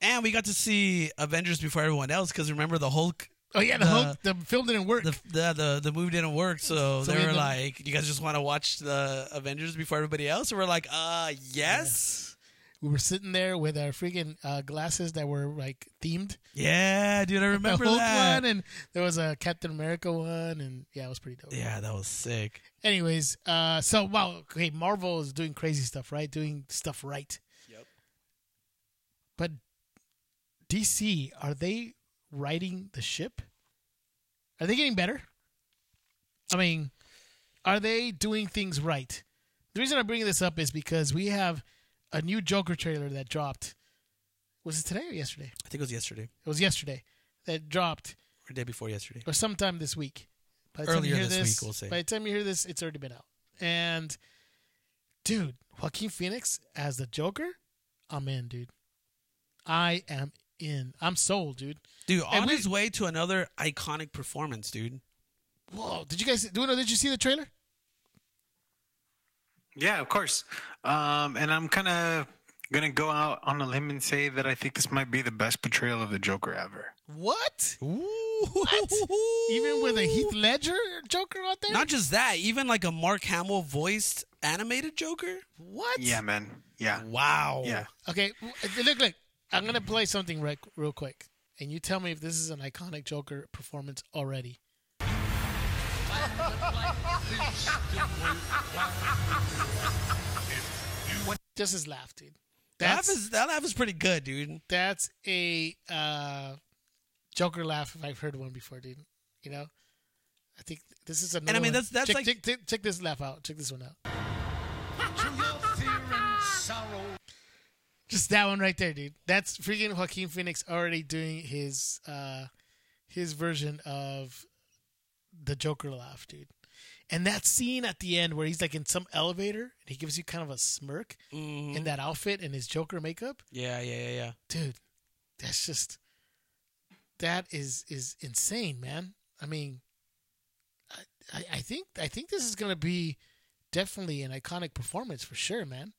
Speaker 1: and we got to see Avengers before everyone else. Because remember, the Hulk,
Speaker 2: Oh, yeah, the,
Speaker 1: The-
Speaker 2: Hulk, the film didn't work.
Speaker 1: the the the, the movie didn't work, so,
Speaker 2: So we
Speaker 1: they
Speaker 2: had
Speaker 1: were
Speaker 2: to-
Speaker 1: like, "You guys just want to watch the Avengers before everybody else?" And we're like, "Uh, yes,
Speaker 2: we were sitting there with our freaking uh, glasses that were like themed.
Speaker 1: yeah, dude, I
Speaker 2: The
Speaker 1: remember
Speaker 2: Hulk
Speaker 1: that."
Speaker 2: one, and there was a Captain America one, and yeah, it was pretty dope.
Speaker 1: yeah, that was sick.
Speaker 2: Anyways, uh, so wow, okay, Marvel is doing crazy stuff, right? Doing stuff right.
Speaker 1: Yep.
Speaker 2: But DC, are they riding the ship? Are they getting better? I mean, are they doing things right? The reason I'm bringing this up is because we have a new Joker trailer that dropped. Was it today or yesterday?
Speaker 1: I think it was yesterday
Speaker 2: It was yesterday that dropped,
Speaker 1: or the day before yesterday.
Speaker 2: or sometime this week. By
Speaker 1: Earlier this week, we'll say.
Speaker 2: By the time you hear this, it's already been out. And dude, Joaquin Phoenix as the Joker, I'm in, dude. I am in. I'm sold, dude.
Speaker 1: Dude,
Speaker 2: And
Speaker 1: on
Speaker 2: we-
Speaker 1: his way to another iconic performance, dude.
Speaker 2: Whoa! Did you guys? Do you know? Did you see the trailer?
Speaker 3: Yeah, of course. Um, and I'm kind of going to go out on a limb and say that I think this might be the best portrayal of the Joker ever.
Speaker 2: What?
Speaker 1: What?
Speaker 2: Even with a Heath Ledger Joker out there?
Speaker 1: Not just that, even like a Mark Hamill voiced animated Joker.
Speaker 2: what?
Speaker 3: Yeah, man. Yeah.
Speaker 1: Wow.
Speaker 3: Yeah.
Speaker 2: Okay, w- look, look. I'm gonna play something rec- real quick, and you tell me if this is an iconic Joker performance already. Just his laugh, dude.
Speaker 1: That
Speaker 2: That's
Speaker 1: laugh is that laugh is pretty good, dude.
Speaker 2: that's a uh, Joker laugh if I've heard one before, dude. You know, I think this is another.
Speaker 1: I mean,
Speaker 2: one.
Speaker 1: that's- that's
Speaker 2: check,
Speaker 1: like-
Speaker 2: check, check, check this laugh out. Check this one out. Just that one right there, dude. That's freaking Joaquin Phoenix already doing his uh, his version of the Joker laugh, dude. And that scene at the end where he's like in some elevator and he gives you kind of a smirk
Speaker 1: Mm-hmm.
Speaker 2: in that outfit and his Joker makeup
Speaker 1: Mm, Yeah, yeah, yeah, yeah.
Speaker 2: dude, that's just that is is insane, man. I mean, I I, I think I think this is gonna be definitely an iconic performance for sure, man.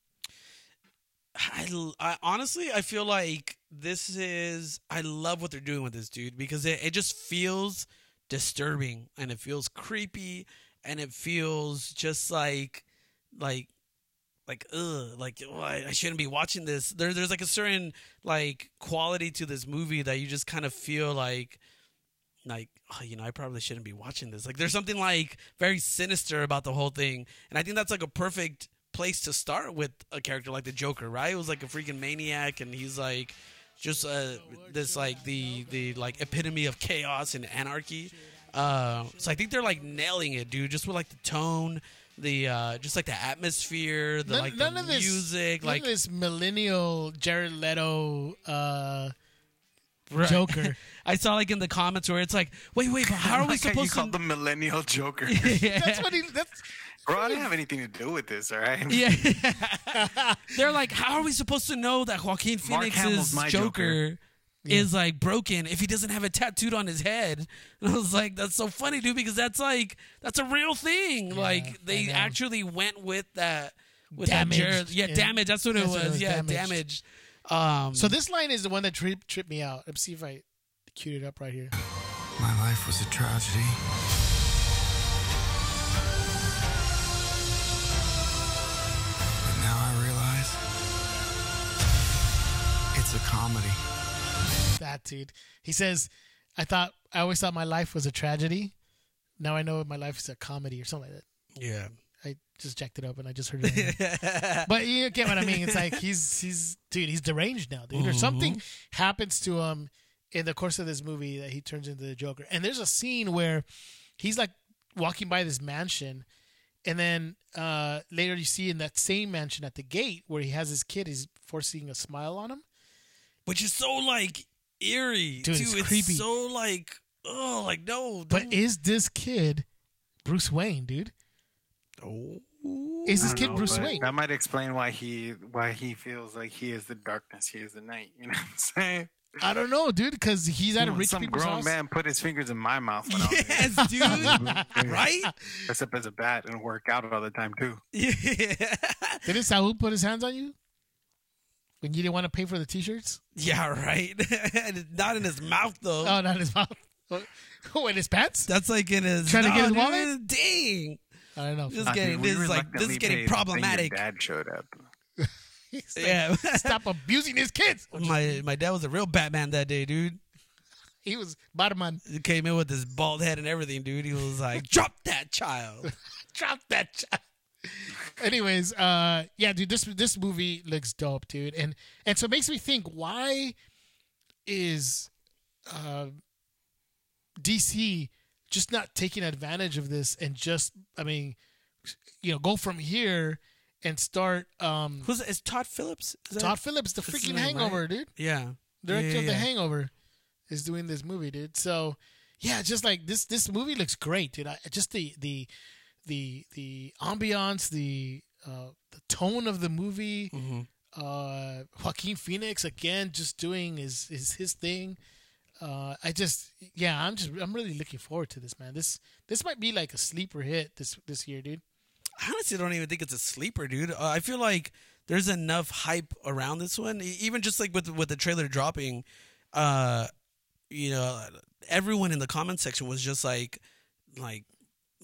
Speaker 1: I, l- I- honestly, I feel like this is. I love what they're doing with this dude because it, it just feels disturbing and it feels creepy and it feels just like, like, like, ugh, like oh, I, I shouldn't be watching this. There, there's like a certain like quality to this movie that you just kind of feel like. Like oh, you know, I probably shouldn't be watching this. Like, there's something like very sinister about the whole thing, and I think that's like a perfect place to start with a character like the Joker, right? It was like a freaking maniac, and he's like just uh, this like the the like epitome of chaos and anarchy. Uh, so I think they're like nailing it, dude. Just with like the tone, the uh, just like the atmosphere, the
Speaker 2: None,
Speaker 1: like
Speaker 2: none
Speaker 1: the
Speaker 2: of this
Speaker 1: music,
Speaker 2: none
Speaker 1: like
Speaker 2: of this millennial Jared Leto uh,
Speaker 1: Right.
Speaker 2: Joker.
Speaker 1: I saw like in the comments where it's like, wait, wait, but how are we
Speaker 3: Like how you
Speaker 1: supposed
Speaker 3: called
Speaker 1: to?
Speaker 3: the millennial Joker?
Speaker 1: Yeah.
Speaker 2: That's what he. That's
Speaker 3: Bro, I didn't have anything to do with this, all right?
Speaker 1: Yeah. They're like, how are we supposed to know that Joaquin
Speaker 3: Mark
Speaker 1: Phoenix's
Speaker 3: Hamill's my
Speaker 1: Joker,
Speaker 3: Joker.
Speaker 1: is like broken if he doesn't have it tattooed on his head? And I was like, that's so funny, dude, because that's like that's a real thing.
Speaker 2: I
Speaker 1: like they
Speaker 2: know.
Speaker 1: actually went with that with
Speaker 2: Damaged.
Speaker 1: that Jared. Yeah,
Speaker 2: Yeah.
Speaker 1: damage. That's what it
Speaker 2: That's
Speaker 1: was.
Speaker 2: what it was,
Speaker 1: Yeah,
Speaker 2: damaged.
Speaker 1: damaged. Um,
Speaker 2: so. This line is the one that tripped tripped me out. Let's see if I queued it up right here.
Speaker 4: My life was a tragedy. But now I realize it's a comedy.
Speaker 2: that dude. He says, "I thought I always thought my life was a tragedy. Now I know my life is a comedy or something like that."
Speaker 1: yeah.
Speaker 2: I just jacked it up and I just heard it. but you get what I mean. It's like he's he's dude. He's deranged now, dude. Or something happens to him in the course of this movie that he turns into the Joker. And there's a scene where he's like walking by this mansion, and then uh, later you see in that same mansion at the gate where he has his kid. He's forcing a smile on him.
Speaker 1: Which is so like eerie.
Speaker 2: Dude, it's creepy.
Speaker 1: so like oh like no.
Speaker 2: But
Speaker 1: don't-
Speaker 2: is this kid Bruce Wayne, dude?
Speaker 1: Oh.
Speaker 2: Is this
Speaker 3: I don't
Speaker 2: kid
Speaker 3: know,
Speaker 2: Bruce
Speaker 3: but
Speaker 2: Wayne?
Speaker 3: That might explain why he why he feels like he is the darkness, he is the night. You know what I'm saying?
Speaker 2: I don't know, dude, because he's at a
Speaker 4: Hmm,
Speaker 3: When
Speaker 2: rich
Speaker 3: Some
Speaker 2: people's
Speaker 3: grown
Speaker 2: house.
Speaker 3: man put his fingers in my mouth. When
Speaker 1: Yes,
Speaker 3: I
Speaker 1: dude.
Speaker 3: was
Speaker 1: right?
Speaker 3: dress up as a bat and work out all the time too.
Speaker 1: Yeah.
Speaker 2: Didn't Saul put his hands on you when you didn't want to pay for the T-shirts?
Speaker 1: Yeah, right. Not in his mouth though.
Speaker 2: Oh, not his mouth. Oh, in his pants?
Speaker 1: That's like in his
Speaker 2: Trying to get
Speaker 1: Nah, dude,
Speaker 2: his wallet?
Speaker 1: Dang.
Speaker 2: I don't know.
Speaker 1: This
Speaker 3: Uh,
Speaker 1: is getting
Speaker 3: we
Speaker 1: this is like this
Speaker 3: reluctantly
Speaker 1: is getting
Speaker 3: paid the thing your
Speaker 1: problematic.
Speaker 3: Dad showed up.
Speaker 2: He's like,
Speaker 1: Yeah.
Speaker 2: Stop abusing his kids.
Speaker 1: my my dad was a real Batman that day, dude.
Speaker 2: He was Batman.
Speaker 1: He came in with his bald head and everything, dude. He was like, "Drop that child."
Speaker 2: Drop that. Child. Anyways, uh, yeah, dude, this this movie looks dope, dude, and and so it makes me think why is uh, DC just not taking advantage of this and just I mean, you know, go from here and start um,
Speaker 1: Who's is Todd Phillips? Is that-
Speaker 2: Todd Phillips, the
Speaker 1: That's his
Speaker 2: freaking
Speaker 1: name,
Speaker 2: Hangover, dude
Speaker 1: Yeah.
Speaker 2: director
Speaker 1: Yeah,
Speaker 2: of The
Speaker 1: yeah.
Speaker 2: Hangover, is doing this movie, dude. So, yeah, just like this, this movie looks great, dude. I, just the the the the ambiance, the uh, the tone of the movie.
Speaker 1: Mm-hmm.
Speaker 2: Uh, Joaquin Phoenix again, just doing his his, his thing. Uh, I just, yeah, I'm just, I'm really looking forward to this, man. This this might be like a sleeper hit this this year, dude.
Speaker 1: I honestly don't even think it's a sleeper, dude. Uh, I feel like there's enough hype around this one, E- even just like with with the trailer dropping. Uh, you know, everyone in the comment section was just like, like,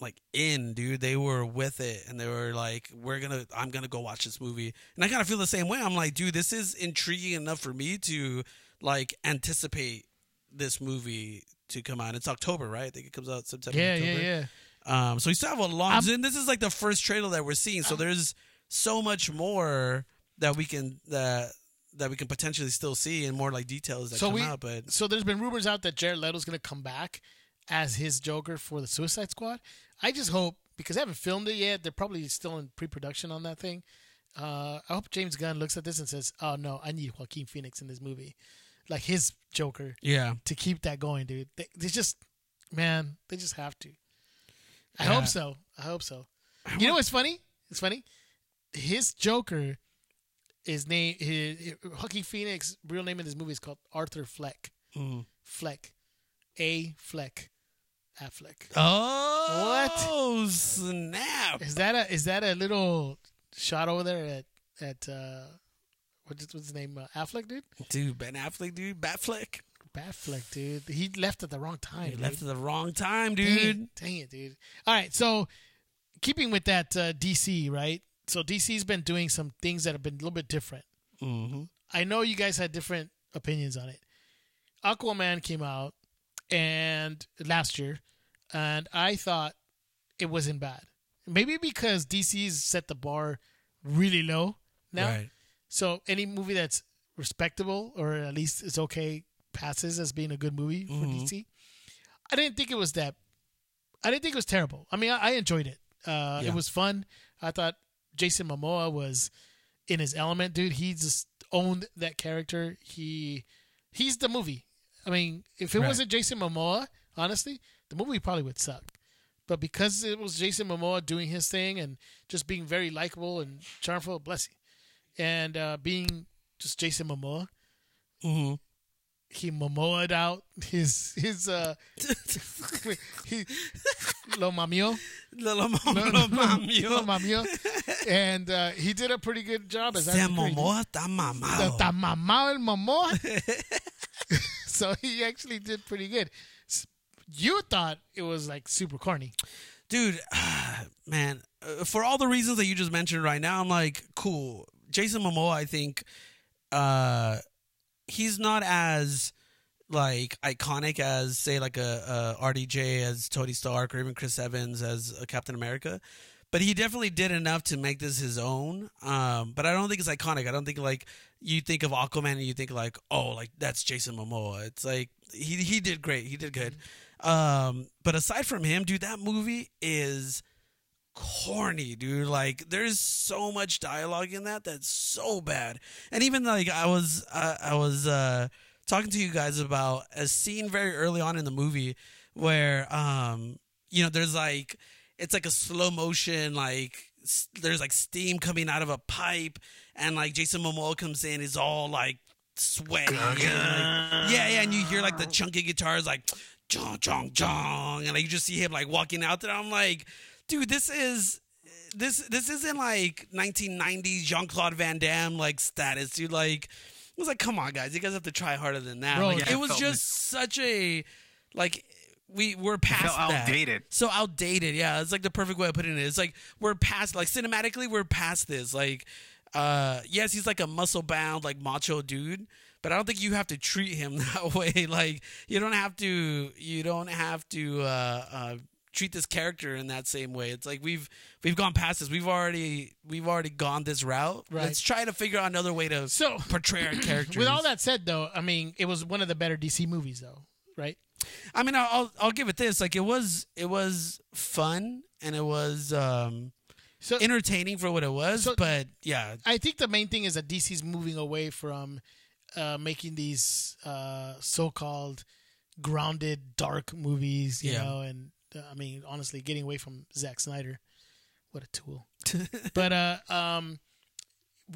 Speaker 1: like in, dude. They were with it, and they were like, "We're gonna, I'm gonna go watch this movie." And I kind of feel the same way. I'm like, dude, this is intriguing enough for me to like anticipate this movie to come out. It's October, right? I think it comes out September.
Speaker 2: Yeah,
Speaker 1: October.
Speaker 2: yeah, yeah.
Speaker 1: Um, so we still have a long. And this is like the first trailer that we're seeing.
Speaker 2: um,
Speaker 1: So there's so much more that we can that that we can potentially still see and more like details that
Speaker 2: So
Speaker 1: come
Speaker 2: we,
Speaker 1: out. But
Speaker 2: so there's been rumors out that Jared Leto's gonna come back as his Joker for the Suicide Squad. I just hope because they haven't filmed it yet. They're probably still in pre-production on that thing. Uh, I hope James Gunn looks at this and says, "Oh no, I need Joaquin Phoenix in this movie, like his Joker,
Speaker 1: yeah,
Speaker 2: to keep that going, dude. They, they just, man, they just have to. I
Speaker 1: Yeah.
Speaker 2: hope so. I hope so. You know what's funny? It's funny. His Joker, his name, his, his, Joaquin Phoenix, real name in this movie is called Arthur Fleck. Fleck. A Fleck. Affleck.
Speaker 1: oh what snap!
Speaker 2: Is that a is that a little shot over there at at uh what's his- what's his name? Uh, Affleck dude?
Speaker 1: Dude, Ben Affleck, dude, Batfleck,
Speaker 2: Batfleck dude. He left at the wrong time.
Speaker 1: you
Speaker 2: dude.
Speaker 1: left at the wrong time,
Speaker 2: Dang it.
Speaker 1: dude.
Speaker 2: Dang it, dude. All right, so keeping with that uh, DC, right? So DC's been doing some things that have been a little bit different.
Speaker 1: Mm-hmm.
Speaker 2: I know you guys had different opinions on it. Aquaman came out and last year, and I thought it wasn't bad. Maybe because DC's set the bar really low now.
Speaker 1: Right.
Speaker 2: So any movie that's respectable or at least is okay passes as being a good movie for
Speaker 1: Mm-hmm.
Speaker 2: DC. I didn't think it was that. I didn't think it was terrible. I mean, I, I enjoyed it. Uh,
Speaker 1: Yeah.
Speaker 2: It was fun. I thought Jason Momoa was in his element, dude. He just owned that character. He he's the movie. I mean, if it
Speaker 1: Right.
Speaker 2: wasn't Jason Momoa, honestly, the movie probably would suck. But because it was Jason Momoa doing his thing and just being very likable and charmful, bless you and uh, being just Jason Momoa,
Speaker 1: Mm-hmm.
Speaker 2: he Momoa'd out his his uh he lo mamio
Speaker 1: Little
Speaker 2: lo,
Speaker 1: mama,
Speaker 2: lo
Speaker 1: mama,
Speaker 2: mamio, and uh, he did a pretty good job as that.
Speaker 1: Momoa, está mamado.
Speaker 2: Está mamado el Momoa. so he actually did pretty good. S- You thought it was like super corny.
Speaker 1: dude, man, uh, for all the reasons that you just mentioned right now, I'm like, cool. Jason Momoa, I think, uh, he's not as like iconic as say like a, a RDJ as Tony Stark or even Chris Evans as a Captain America, but he definitely did enough to make this his own. Um, but I don't think it's iconic. I don't think like you think of Aquaman and you think like oh like that's Jason Momoa. It's like he he did great. He did good. Um, but aside from him, dude, that movie is corny, dude. Like there's so much dialogue in that that's so bad. And even like I was I, I was uh talking to you guys about a scene very early on in the movie where um you know there's like it's like a slow motion like s- there's like steam coming out of a pipe and like Jason Momoa comes in is all like sweaty and, like, yeah yeah and you hear like the chunky guitars like chong chong chong and like you just see him like walking out there I'm like dude this is this this isn't like 1990s Jean-Claude Van Damme like status dude like it was like come on guys you guys have to try harder than that
Speaker 2: Bro,
Speaker 1: Like,
Speaker 2: yeah,
Speaker 1: it
Speaker 3: I
Speaker 1: was
Speaker 3: felt
Speaker 1: just such a like we we're past
Speaker 3: felt
Speaker 1: that.
Speaker 3: outdated.
Speaker 1: So outdated, yeah. It's like the perfect way of putting it. It's like we're past like cinematically we're past this. Like uh yes, he's like a muscle bound, like macho dude, but I don't think you have to treat him that way. Like you don't have to you don't have to uh uh treat this character in that same way. It's like we've we've gone past this. We've already we've already gone this route.
Speaker 2: Right.
Speaker 1: Let's try to figure out another way to
Speaker 2: So-
Speaker 1: portray our characters.
Speaker 2: With all that said, though, I mean, it was one of the better DC movies, though, right?
Speaker 1: I mean, I'll I'll- I'll give it this. Like it was it was fun and it was um
Speaker 2: So
Speaker 1: entertaining for what it was.
Speaker 2: So-
Speaker 1: but yeah,
Speaker 2: I think the main thing is that DC's moving away from uh, making these uh, so-called grounded dark movies, you
Speaker 1: Yeah.
Speaker 2: know, and uh, I mean, honestly, getting away from Zack Snyder, What a tool. but uh, um,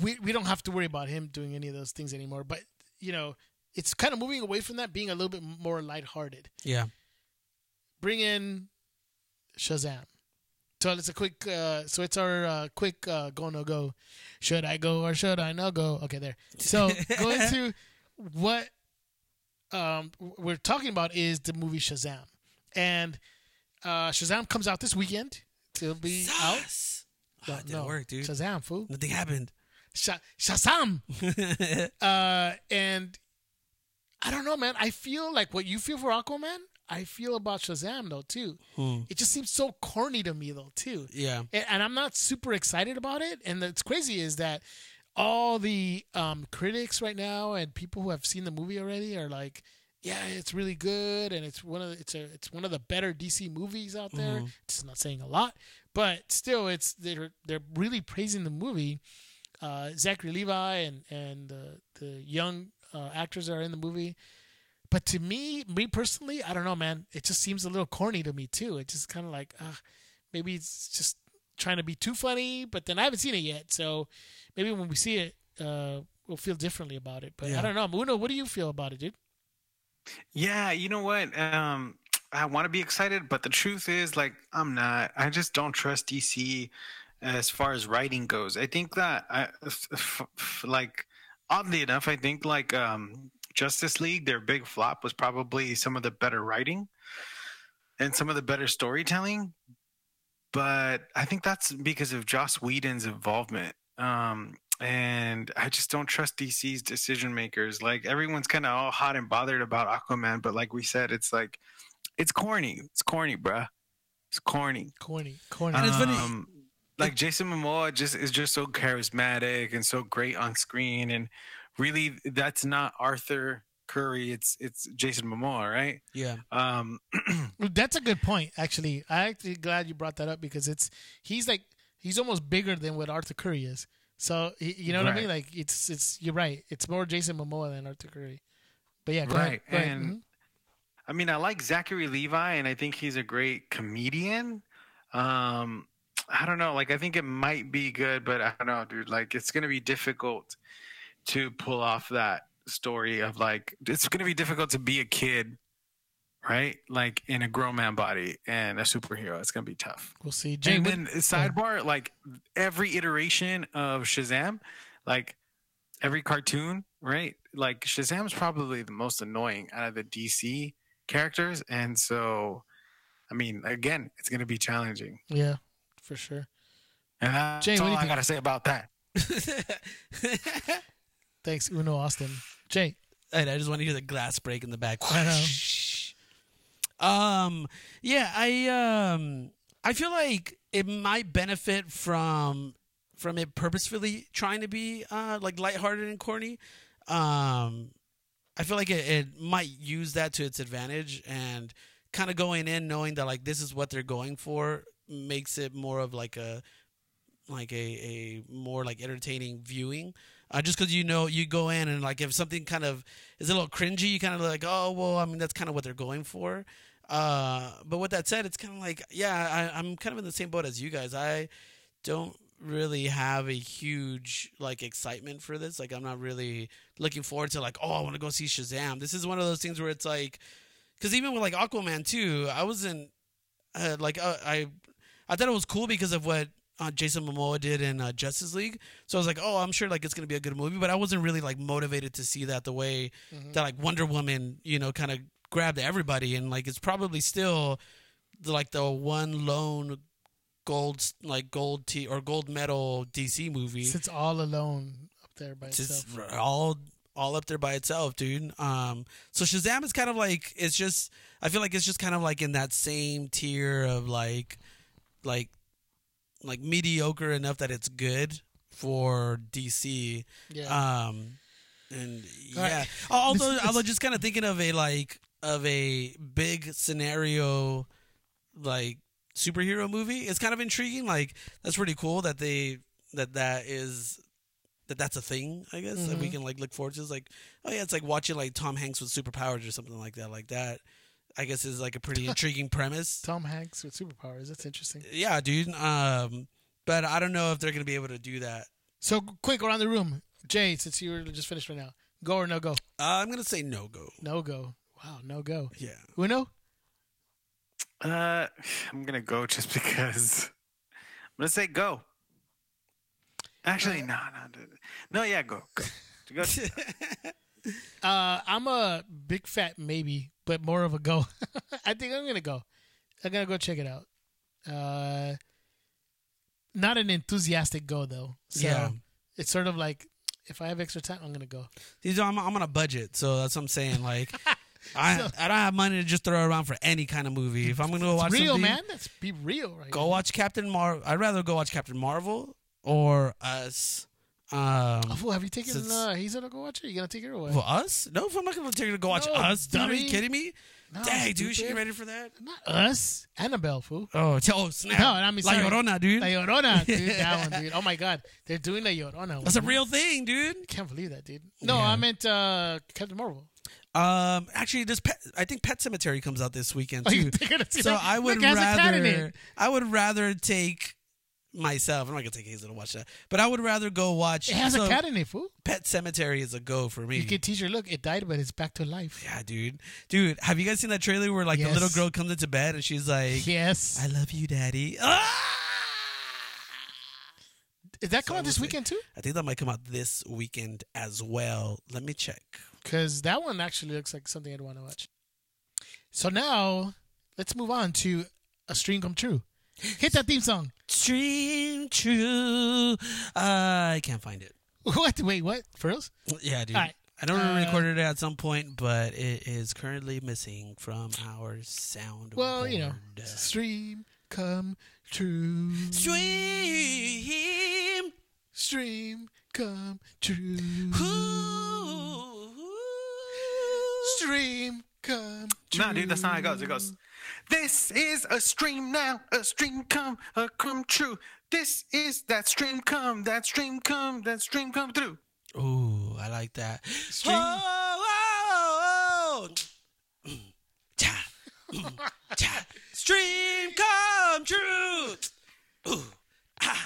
Speaker 2: we we don't have to worry about him doing any of those things anymore. But you know, it's kind of moving away from that, being a little bit more lighthearted.
Speaker 1: Yeah.
Speaker 2: Bring in Shazam. So it's a quick. Uh, so it's our uh, quick uh, go no go. Should I go or should I not go? Okay, there. So going to what um, w- we're talking about is the movie Shazam, and uh, Shazam comes out this weekend. It'll be out.
Speaker 1: Yes. Oh, it didn't work, dude.
Speaker 2: Shazam, fool.
Speaker 1: Nothing happened.
Speaker 2: Sha- Shazam. uh, and I don't know, man. I feel like what you feel for Aquaman, I feel about Shazam though too. It just seems so corny to me though too.
Speaker 1: Hmm. Yeah.
Speaker 2: And, and I'm not super excited about it. And that's crazy is that all the um, critics right now and people who have seen the movie already are like, yeah, it's really good, and it's one of the, it's a it's one of the better DC movies out there. It's not saying a lot, but still, it's they're they're really praising the movie uh, Zachary Levi and and the the young uh, actors that are in the movie. But to me, me personally, I don't know, man. It just seems a little corny to me too. It's just kind of like, uh, maybe it's just trying to be too funny. But then I haven't seen it yet, so maybe when we see it, uh, we'll feel differently about it. But I
Speaker 1: Yeah.
Speaker 2: don't know, Uno. What do you feel about it, dude?
Speaker 3: Yeah, you know what? Um, I want to be excited, but the truth is, like, I'm not. I just don't trust DC as far as writing goes. I think that, I, f- f- f- like, oddly enough, I think like um, Justice League, their big flop was probably some of the better writing and some of the better storytelling. But I think that's because of Joss Whedon's involvement. Um, and I just don't trust DC's decision makers. Like everyone's kind of all hot and bothered about Aquaman, but like we said, it's like it's corny. It's corny, bruh. It's corny.
Speaker 2: Corny, corny.
Speaker 1: And it's funny-
Speaker 3: Um, like Jason Momoa just is just so charismatic and so great on screen, and really, that's not Arthur Curry. It's it's Jason Momoa, right?
Speaker 1: Yeah.
Speaker 3: Um,
Speaker 2: Well, That's a good point, actually. I actually glad you brought that up because it's he's like he's almost bigger than what Arthur Curry is. So y- you know what I mean? Like it's it's you're right. It's more Jason Momoa than Arthur Curry. But yeah, go ahead.
Speaker 3: Right,
Speaker 2: Go ahead.
Speaker 3: and-
Speaker 2: Mhm.
Speaker 3: I mean, I like Zachary Levi, and I think he's a great comedian. Um, I don't know. Like, I think it might be good, but I don't know, dude. Like, it's gonna be difficult to pull off that story of like, it's gonna be difficult to be a kid, right? Like in a grown man body and a superhero. It's gonna be tough.
Speaker 2: we'll see. Jay,
Speaker 3: and
Speaker 2: what-
Speaker 3: then uh, sidebar, like every iteration of Shazam, like every cartoon, right? Like Shazam's probably the most annoying out of the DC characters, and so, I mean, again, it's gonna be challenging.
Speaker 2: yeah, for sure.
Speaker 3: And that's
Speaker 2: Jay, what do
Speaker 3: all
Speaker 2: you
Speaker 3: I
Speaker 2: think?
Speaker 3: gotta say about that.
Speaker 2: Thanks, Uno Austin. Jay,
Speaker 1: And I just want to hear the glass break in the back.
Speaker 2: I know.
Speaker 1: Um, yeah, I um, I feel like it might benefit from from it purposefully trying to be uh like lighthearted and corny. Um, I feel like it, it might use that to its advantage and kind of going in knowing that like this is what they're going for makes it more of like a like a, a more like entertaining viewing uh, just because you know you go in and like if something kind of is a little cringy you kind of like oh well i mean that's kind of what they're going for uh, but with that said it's kind of like yeah I, i'm kind of in the same boat as you guys i don't really have a huge like excitement for this like i'm not really looking forward to like oh i want to go see shazam this is one of those things where it's like because even with like aquaman too i wasn't uh, like uh, i i thought it was cool because of what uh, jason momoa did in uh, justice league so i was like oh i'm sure like it's gonna be a good movie but i wasn't really like motivated to see that the way
Speaker 2: Mm-hmm.
Speaker 1: that like wonder woman you know kind of grabbed everybody and like it's probably still the, like the one lone gold like gold t or gold medal dc movie
Speaker 2: sits all alone up there by
Speaker 1: just
Speaker 2: itself.
Speaker 1: r- all all up there by itself, dude. Um, so Shazam is kind of like it's just I feel like it's just kind of like in that same tier of like like like mediocre enough that it's good for DC.
Speaker 2: Yeah.
Speaker 1: Um, and
Speaker 2: All right.
Speaker 1: yeah, although I was just kind of thinking of a like of a big scenario like superhero movie. It's kind of intriguing. Like that's pretty cool that they that that is that that's a thing. I guess that we can like look forward to. It's like oh yeah, it's like watching like Tom Hanks with superpowers or something like that. Like that, I guess is like a pretty intriguing premise.
Speaker 2: Tom Hanks with superpowers. That's interesting.
Speaker 1: Yeah, dude. Um, but I don't know if they're gonna be able to do that.
Speaker 2: So quick around the room, Jay, since you were just finished right now, go or no go?
Speaker 1: Uh, I'm gonna say no go.
Speaker 2: No go. Wow, no go.
Speaker 1: Yeah.
Speaker 2: Uno,
Speaker 3: Uh, I'm gonna go just because. I'm gonna say go. Actually, no, no, no, no. Yeah, go, go. go.
Speaker 2: uh, I'm a big fat maybe, but more of a go. I think I'm gonna go. I'm gonna go check it out. Uh, not an enthusiastic go though. So
Speaker 1: Yeah.
Speaker 2: It's sort of like if I have extra time, I'm gonna go.
Speaker 1: These are, I'm, I'm on a budget, so that's what I'm saying. Like, I I don't have money to just throw around for any kind of movie. If I'm gonna go watch
Speaker 2: real
Speaker 1: something,
Speaker 2: man, that's be real right.
Speaker 1: go watch Captain Marvel. I'd rather go watch Captain Marvel or us. Um,
Speaker 2: Oh, fool, have you taken?
Speaker 1: Since-
Speaker 2: uh, he's gonna go watch it. You gonna take it away?
Speaker 1: for us? No, if I'm not gonna take her to go watch
Speaker 2: No,
Speaker 1: us, dude, are you
Speaker 2: dummy.
Speaker 1: kidding me?
Speaker 2: No,
Speaker 1: Dang, dude, she
Speaker 2: stupid.
Speaker 1: ain't ready for that.
Speaker 2: Not us. Annabelle, fool.
Speaker 1: Oh, t- oh snap!
Speaker 2: No, I mean,
Speaker 1: La
Speaker 2: sorry.
Speaker 1: Llorona, dude.
Speaker 2: La Llorona, dude. That one, dude. Oh my God, they're doing La Llorona.
Speaker 1: That's a
Speaker 2: one.
Speaker 1: real thing, dude.
Speaker 2: Can't believe that, dude. No,
Speaker 1: Yeah.
Speaker 2: I meant uh, Captain Marvel.
Speaker 1: Um, actually, this pet, I think Pet Cemetery comes out this weekend
Speaker 2: Oh,
Speaker 1: too.
Speaker 2: you think it's-
Speaker 1: so I would
Speaker 2: Look, it has a cat in
Speaker 1: rather
Speaker 2: it.
Speaker 1: I would rather take myself. I'm not gonna take Hazel to watch that, but I would rather go watch.
Speaker 2: It has
Speaker 1: so
Speaker 2: a cat in it, fool.
Speaker 1: Pet Cemetery is a go for me.
Speaker 2: You can teach her. Look, it died, but it's back to life.
Speaker 1: yeah, dude, dude, have you guys seen that trailer where like the little
Speaker 2: Yes.
Speaker 1: girl comes into bed and she's like,
Speaker 2: Yes.
Speaker 1: "I love you, daddy." Ah!
Speaker 2: Did that
Speaker 1: So
Speaker 2: come
Speaker 1: I
Speaker 2: out this
Speaker 1: would say-
Speaker 2: weekend too?
Speaker 1: I think that might come out this weekend as well. Let me check.
Speaker 2: Because that one actually looks like something I'd want to watch. So now let's move on to a stream come true. Hit that theme song.
Speaker 1: Dream true. Uh, I can't find it.
Speaker 2: What? Wait, what? For reals?
Speaker 1: Yeah, dude.
Speaker 2: All right.
Speaker 1: I know we
Speaker 2: Uh,
Speaker 1: recorded it at some point, but it is currently missing from our sound.
Speaker 2: Well, you know,
Speaker 1: board.
Speaker 2: stream come true.
Speaker 1: Dream.
Speaker 2: Stream come true. Stream come true.
Speaker 3: No, dude, that's not how it goes. It goes. This is a stream now, a stream come, a come true. This is that stream come, that stream come, that stream come through.
Speaker 1: Ooh, I like that.
Speaker 2: Stream.
Speaker 1: Oh, oh, oh. Cha, cha. Stream come true.
Speaker 2: All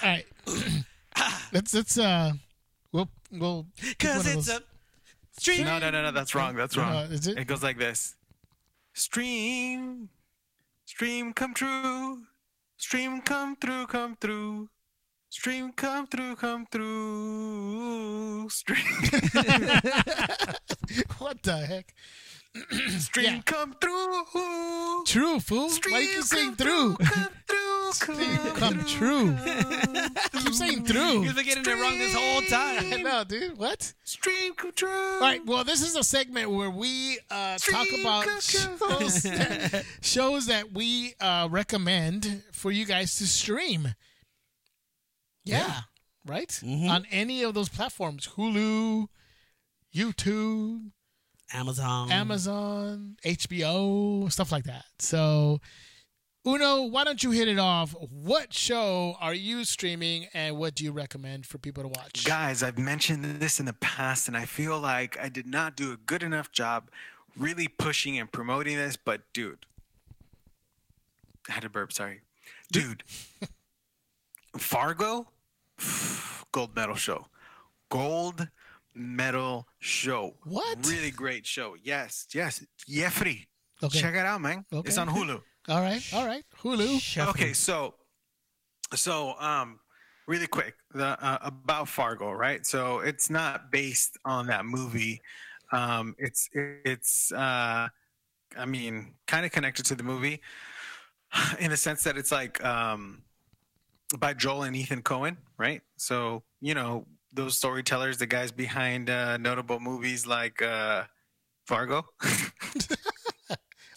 Speaker 2: right. let's let's uh we'll we'll pick
Speaker 1: Cause
Speaker 2: one of
Speaker 1: it's
Speaker 2: those.
Speaker 1: a stream.
Speaker 3: No, no, no, no, that's wrong. That's wrong.
Speaker 2: Uh, is it?
Speaker 3: it goes like this. Stream, stream come true, stream come through, come through, stream come through, come through, stream,
Speaker 2: what the heck?
Speaker 3: stream
Speaker 2: Yeah.
Speaker 3: come through.
Speaker 2: True fool. Why you keep saying through?
Speaker 3: Come through,
Speaker 2: Stream
Speaker 3: come
Speaker 2: come true. keep saying through.
Speaker 1: You've been getting it wrong this whole time.
Speaker 2: No, dude. What?
Speaker 3: Stream come true. All
Speaker 2: All right. Well, this is a segment where we uh, talk about shows that, shows that we uh, recommend for you guys to stream. Yeah. Right?
Speaker 1: Mhm.
Speaker 2: On any of those platforms Hulu, YouTube,
Speaker 1: Amazon.
Speaker 2: Amazon, HBO, stuff like that. So, Uno, why don't you hit it off? What show are you streaming and what do you recommend for people to watch?
Speaker 3: Guys, I've mentioned this in the past, and I feel like I did not do a good enough job really pushing and promoting this, but dude. I had a burp, sorry. Dude. Fargo? Gold medal show. Gold medal show.
Speaker 2: What?
Speaker 3: Really great show. Yes, yes. Jeffrey.
Speaker 2: Okay.
Speaker 3: Check it out, man.
Speaker 2: Okay.
Speaker 3: It's on Hulu.
Speaker 2: All right. All right. Hulu.
Speaker 1: Sheffield.
Speaker 3: Okay, so so um really quick the uh, about Fargo, right? So it's not based on that movie. Um it's it's uh I mean, kind of connected to the movie in the sense that it's like um by Joel and Ethan Cohen, right? So, you know, those storytellers, the guys behind uh notable movies like uh Fargo.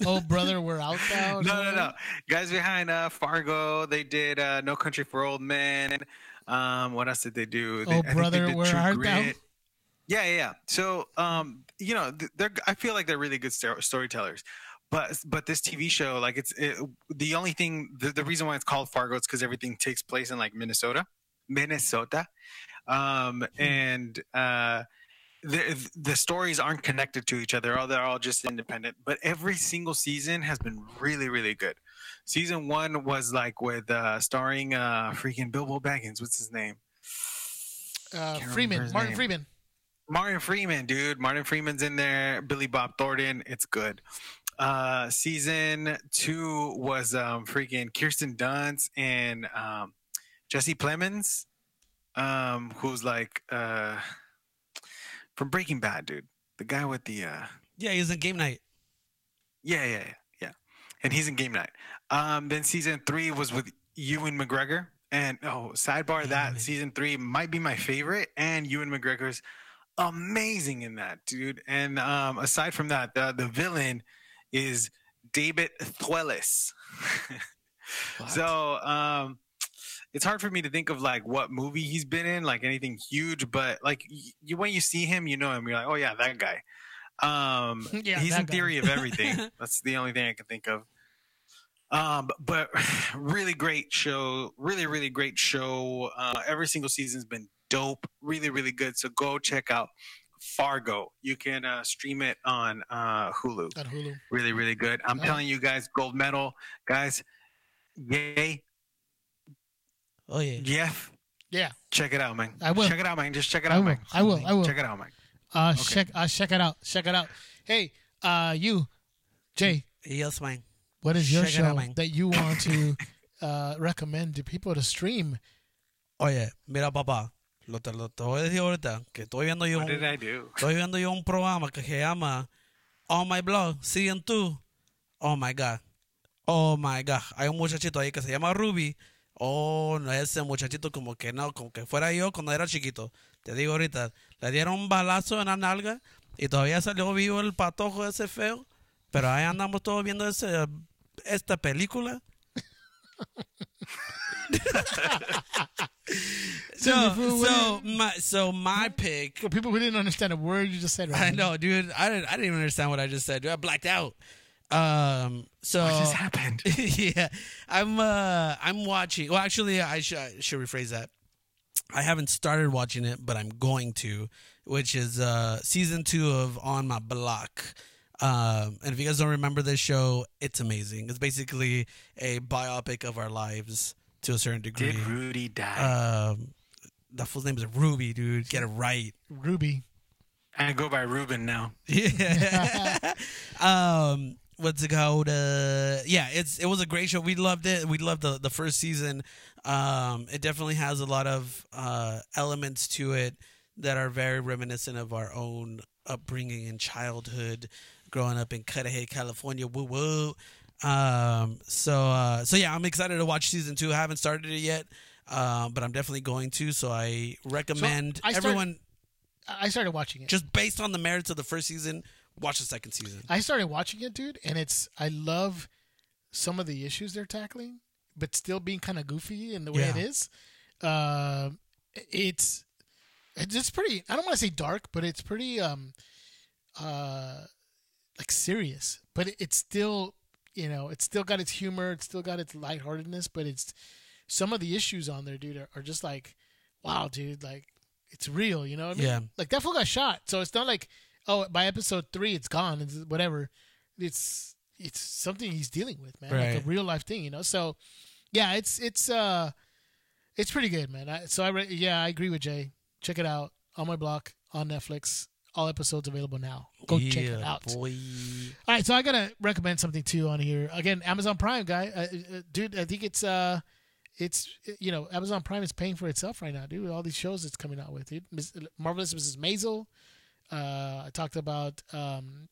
Speaker 2: Oh, brother, we're out now. Uh,
Speaker 3: no, no, no. Guys behind uh, Fargo, they did uh, No Country for Old Men. Um, what else did they do? They,
Speaker 2: Oh,
Speaker 3: I think they
Speaker 2: brother,
Speaker 3: did
Speaker 2: where
Speaker 3: True
Speaker 2: art thou?
Speaker 3: Grit. Yeah, yeah, yeah. So, um, you know, th- they're. I feel like they're really good stor- storytellers. But but this TV show, like, it's it, the only thing. The, the reason why it's called Fargo is because everything takes place in like Minnesota, Minnesota, um,
Speaker 2: Hmm.
Speaker 3: and uh, the the stories aren't connected to each other. All they're all just independent. But every single season has been really really good. Season one was like with uh starring uh freaking Bilbo Baggins. What's his name?
Speaker 2: Uh,
Speaker 3: remember
Speaker 2: Freeman,
Speaker 3: his
Speaker 2: Martin
Speaker 3: name.
Speaker 2: Freeman.
Speaker 3: Martin Freeman, dude. Martin Freeman's in there. Billy Bob Thornton. It's good. Uh, season two was um, freaking Kirsten Dunst and um, Jesse Plemons, um, who's like uh, from Breaking Bad, dude. The guy with the uh,
Speaker 1: Yeah, he was in game night.
Speaker 3: yeah, yeah, yeah, yeah. And he's in Game Night. Um, then season three was with Ewan McGregor. And oh, sidebar that season three might be my favorite. And Ewan McGregor's amazing in that, dude. And um, aside from that, the, the villain is David Thewlis. so um, it's hard for me to think of like what movie he's been in, like anything huge. But like y- you, when you see him, you know him. You're like, oh yeah, that guy. Um,
Speaker 2: Yeah,
Speaker 3: he's
Speaker 2: that
Speaker 3: in
Speaker 2: guy.
Speaker 3: theory of everything. That's the only thing I can think of. Um, but really great show, really, really great show. Uh, every single season's been dope, really, really good. So go check out Fargo. You can uh, stream it on uh, Hulu.
Speaker 2: on Hulu.
Speaker 3: Really, really good. I'm
Speaker 2: Yeah.
Speaker 3: telling you guys, gold medal, guys. Yay,
Speaker 1: Oh yeah.
Speaker 3: yeah.
Speaker 2: Yeah,
Speaker 3: Check it out, man.
Speaker 2: I will.
Speaker 3: Check it out, man. Just check it
Speaker 2: I
Speaker 3: out,
Speaker 2: will.
Speaker 3: man.
Speaker 2: I will. I will.
Speaker 3: Check it out, man.
Speaker 2: uh, check, uh, check it out, check it out. Hey, uh, you, Jay,
Speaker 1: Yes, man.
Speaker 2: what is your
Speaker 1: Check it
Speaker 2: show
Speaker 1: out, man.
Speaker 2: that you want to uh, recommend to people to stream?
Speaker 1: Oye, mira papá, lo te, lo te voy a decir ahorita que estoy viendo yo
Speaker 3: What
Speaker 1: un,
Speaker 3: did I do?
Speaker 1: estoy viendo yo un programa que se llama On My Blog Season 2. Oh my God. Oh my God. Hay un muchachito ahí que se llama Ruby. Oh, no, ese muchachito como que no, como que fuera yo cuando era chiquito. Te digo ahorita, le dieron un balazo en la nalga y todavía salió vivo el patojo ese feo. Pero ahí andamos todos viendo ese, esta película. so, so, my, so my pick
Speaker 2: For people who didn't understand a word you just said, right?
Speaker 1: I know, dude. I didn't. I didn't even understand what I just said. Dude. I blacked out. Um. So
Speaker 3: What just happened?
Speaker 1: yeah, I'm. Uh, I'm watching. Well, actually, I, sh- I should rephrase that. I haven't started watching it, but I'm going to, which is uh, season two of On My Block. Um, and if you guys don't remember this show, it's amazing. It's basically a biopic of our lives to a certain degree.
Speaker 3: Did Rudy die?
Speaker 1: Um, the full name is Ruby, dude. Get it right.
Speaker 2: Ruby.
Speaker 3: I go by Ruben now.
Speaker 1: Yeah. um, what's it called? Uh, yeah, it's it was a great show. We loved it. We loved the the first season. Um, it definitely has a lot of uh, elements to it that are very reminiscent of our own upbringing and childhood, growing up in Cudahy, California. Woo woo. Um, so uh, so yeah, I'm excited to watch season two. I haven't started it yet. Um, but I'm definitely going to, so I recommend
Speaker 2: I start-
Speaker 1: everyone
Speaker 2: I I started watching it.
Speaker 1: just based on the merits of the first season, watch the second season.
Speaker 2: I started watching it, dude, and it's I love some of the issues they're tackling, but still being kind of goofy in the way it
Speaker 1: Yeah.
Speaker 2: is. Um, it's it's just pretty. I don't want to say dark, but it's pretty um, uh, like serious. But it, it's still you know it's still got its humor, it's still got its lightheartedness, but it's some of the issues on there, dude, are, are just like wow, dude, like it's real. You know what I mean?
Speaker 1: Yeah.
Speaker 2: Like that fool got shot, so it's not like oh by episode three it's gone. It's whatever. It's it's something he's dealing with, man. Like
Speaker 1: Right.
Speaker 2: a real life thing, you know. So yeah, it's it's uh it's pretty good, man. I, so I re- yeah I agree with Jay. Check it out on my block on Netflix. All episodes available now. Go check it out.
Speaker 1: boy.
Speaker 2: All right, so I gotta recommend something too on here. Again, Amazon Prime guy, uh, uh, dude. I think it's uh, it's uh, you know Amazon Prime is paying for itself right now, dude. with All these shows it's coming out with, dude. Miss, Marvelous Mrs. Maisel. Uh, I talked about um,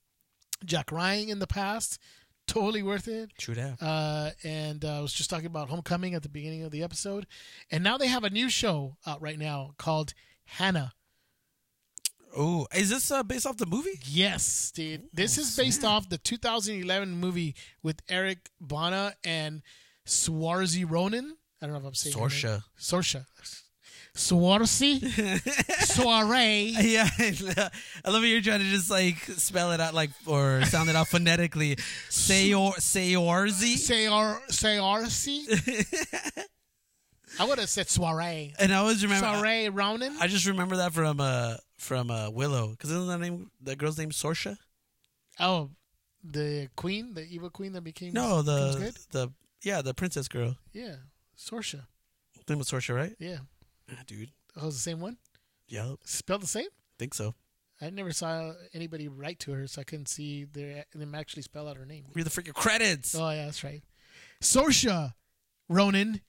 Speaker 2: Jack Ryan in the past. Totally worth it.
Speaker 1: True that.
Speaker 2: Uh, and uh, I was just talking about Homecoming at the beginning of the episode, and now they have a new show out right now called Hannah.
Speaker 1: Oh, is this uh, based off the movie?
Speaker 2: Yes, dude. This
Speaker 1: Oh,
Speaker 2: is based off the 2011 movie with Eric Bana and Swarzy Ronan. I don't know if I'm saying her name.
Speaker 1: Sorsha.
Speaker 2: Sorsha. Swarzy. Soiree.
Speaker 1: Yeah, I love how you're trying to just like spell it out, like or sound it out phonetically. Sayor Sayorzi,
Speaker 2: Sayar Sayarsi. I would have said soiree.
Speaker 1: and I always remember.
Speaker 2: Soiree Ronan.
Speaker 1: I just remember that from uh from uh Willow, because isn't that name the girl's name Sorsha?
Speaker 2: Oh, the queen, the evil queen that became
Speaker 1: No,
Speaker 2: becomes
Speaker 1: the
Speaker 2: good?
Speaker 1: the yeah, the princess girl.
Speaker 2: Yeah, Sorsha.
Speaker 1: Her name was Sorsha, right?
Speaker 2: Yeah,
Speaker 1: Ah, Dude,
Speaker 2: that was the same one.
Speaker 1: yeah,
Speaker 2: Spelled the same.
Speaker 1: think so.
Speaker 2: I never saw anybody write to her, so I couldn't see their them actually spell out her name.
Speaker 1: Read the freaking credits.
Speaker 2: Oh yeah, that's right. Sorsha, Ronan,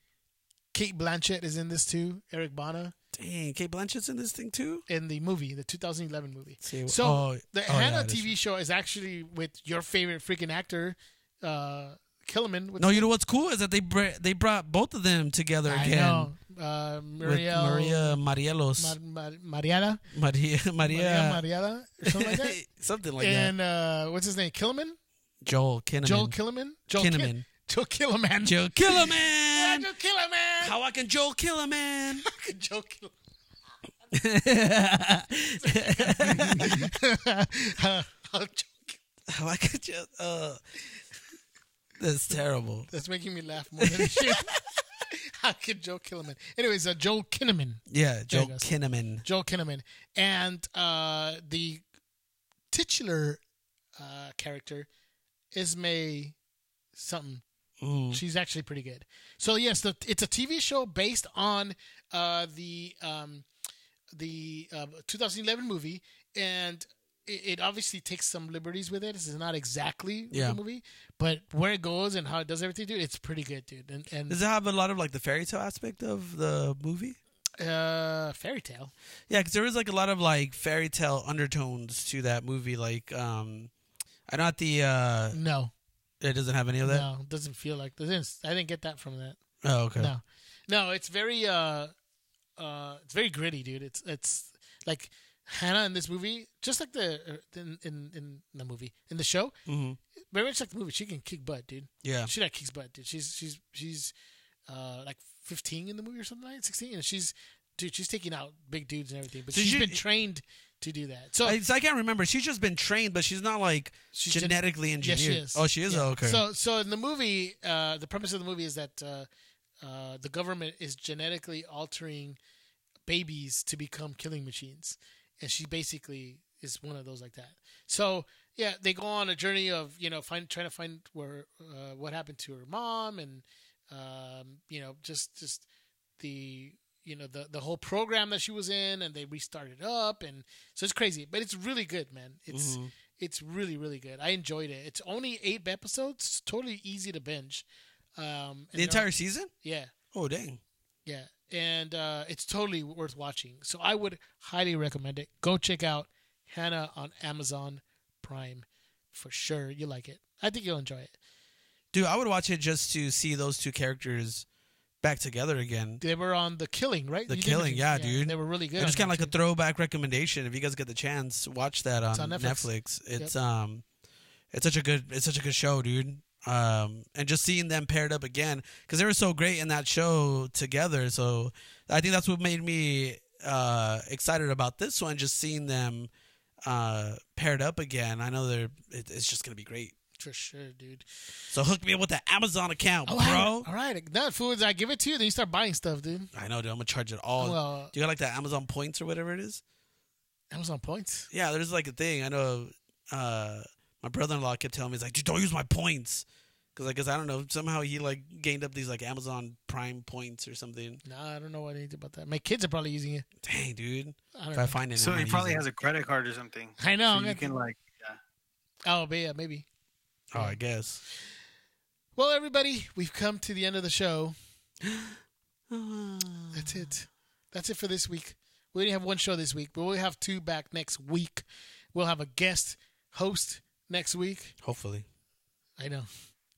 Speaker 2: Kate Blanchett is in this too. Eric Bana
Speaker 1: Dang, Kate Blanchett's in this thing too.
Speaker 2: in the movie, the 2011 movie.
Speaker 1: See,
Speaker 2: So
Speaker 1: oh,
Speaker 2: the
Speaker 1: oh,
Speaker 2: Hannah
Speaker 1: yeah, it is.
Speaker 2: TV show is actually with your favorite freaking actor, uh, Killiman. With
Speaker 1: No, you know what's cool is that they br- they brought both of them together
Speaker 2: I
Speaker 1: again
Speaker 2: know. Uh, Mariel,
Speaker 1: with Maria Marielos,
Speaker 2: Mar- Mar- Mariana,
Speaker 1: Maria Maria,
Speaker 2: Maria Mariana, or something like that.
Speaker 1: something like that.
Speaker 2: and uh, what's his name? Killiman?
Speaker 1: Joel Kinnaman.
Speaker 2: Joel Killiman? Joel Ki-
Speaker 1: Kinnaman.
Speaker 2: Joel Killiman.
Speaker 1: Joel
Speaker 2: Yeah,
Speaker 1: Killerman.
Speaker 2: Joel Killiman.
Speaker 1: How I can Joel Killerman?
Speaker 2: Joel Killiman. How Joel Kill-
Speaker 1: How I can Joel? Uh, that's terrible.
Speaker 2: That's making me laugh more than shit. How could Joe Killiman? Anyways, uh, Joel Kinnaman.
Speaker 1: Yeah, Joel
Speaker 2: goes.
Speaker 1: Kinnaman.
Speaker 2: Joel Kinnaman. And uh, the titular uh, character is May something.
Speaker 1: Mm.
Speaker 2: She's actually pretty good. So yes, the, it's a TV show based on uh, the um, the uh, 2011 movie, and it, it obviously takes some liberties with it. This is not exactly
Speaker 1: Yeah.
Speaker 2: the movie, but where it goes and how it does everything, dude, it's pretty good, dude. And,
Speaker 1: Does
Speaker 2: and
Speaker 1: it have a lot of like the fairy tale aspect of the movie?
Speaker 2: uh, fairy tale.
Speaker 1: Yeah, because there was like a lot of like fairy tale undertones to that movie. Like, um, I not the uh,
Speaker 2: No,
Speaker 1: it doesn't have any of that.
Speaker 2: no, it doesn't feel like this. I didn't get that from that.
Speaker 1: Oh, okay.
Speaker 2: No, no, it's very uh, uh, it's very gritty, dude. It's it's like Hannah in this movie, just like the er, in in, in the movie in the show,
Speaker 1: hmm
Speaker 2: very much like the movie. She can kick butt, dude.
Speaker 1: Yeah.
Speaker 2: She like kicks butt, dude. She's she's she's uh like fifteen in the movie or something like that, sixteen, and she's dude, she's taking out big dudes and everything. But
Speaker 1: So
Speaker 2: she's
Speaker 1: she-
Speaker 2: been trained to do that. So
Speaker 1: I, so I can't remember. She's just been trained, but she's not like
Speaker 2: She's gen-
Speaker 1: genetically engineered.
Speaker 2: Yes, she is.
Speaker 1: Oh, she is.
Speaker 2: Yeah.
Speaker 1: Oh, okay.
Speaker 2: So, so in the movie, uh, the premise of the movie is that uh, uh, the government is genetically altering babies to become killing machines, and she basically is one of those like that. So, yeah, they go on a journey of you know find trying to find where uh, what happened to her mom, and um, you know just just the you know the the whole program that she was in and they restarted up and so it's crazy but it's really good man
Speaker 1: Mm-hmm.
Speaker 2: it's it's really really good i enjoyed it it's only eight episodes it's totally easy to binge um and
Speaker 1: the
Speaker 2: they're-
Speaker 1: entire season?
Speaker 2: yeah
Speaker 1: Oh, dang.
Speaker 2: yeah and uh it's totally worth watching so i would highly recommend it go check out hannah on amazon prime for sure you like it i think you'll enjoy it
Speaker 1: Dude, I would watch it just to see those two characters back together again.
Speaker 2: they were on the killing right
Speaker 1: The
Speaker 2: You did mention-
Speaker 1: Killing, yeah, dude.
Speaker 2: they were really good
Speaker 1: It's just
Speaker 2: on
Speaker 1: kind of
Speaker 2: that,
Speaker 1: like a
Speaker 2: too.
Speaker 1: throwback recommendation. If you guys get the chance, watch that on,
Speaker 2: on Netflix.
Speaker 1: Netflix. It's um, it's such a good, it's such a good show, dude. Um, and just seeing them paired up again because they were so great in that show together. So I think that's what made me uh excited about this one. Just seeing them uh paired up again. I know they're, it, it's just gonna be great.
Speaker 2: for sure dude
Speaker 1: So hook me up with the Amazon account,
Speaker 2: Oh,
Speaker 1: bro.
Speaker 2: All right, all right. Now, foods, I give it to you, then you start buying stuff, dude.
Speaker 1: I know, dude. I'm gonna charge it all.
Speaker 2: Oh, Well-
Speaker 1: Do you got like the Amazon points or whatever it is?
Speaker 2: Amazon points.
Speaker 1: Yeah, there's like a thing. I know. Uh, my brother-in-law kept telling me, "He's like, dude, don't use my points," because I guess I don't know. Somehow he like gained up these like Amazon Prime points or something.
Speaker 2: Nah, I don't know what anything about that. My kids are probably using it.
Speaker 1: Dang, dude.
Speaker 2: I don't
Speaker 1: If
Speaker 2: know.
Speaker 1: I find it,
Speaker 3: So
Speaker 1: I'm
Speaker 3: he
Speaker 1: gonna
Speaker 3: probably
Speaker 1: use
Speaker 3: has a credit card or something.
Speaker 2: I know.
Speaker 3: so
Speaker 2: I'm
Speaker 3: you
Speaker 2: gonna-
Speaker 3: can like
Speaker 2: oh, but yeah, maybe.
Speaker 1: Oh, I guess.
Speaker 2: Well, everybody, we've come to the end of the show. That's it. That's it for this week. We only have one show this week, but we'll have two back next week. We'll have a guest host next week.
Speaker 1: Hopefully.
Speaker 2: I know.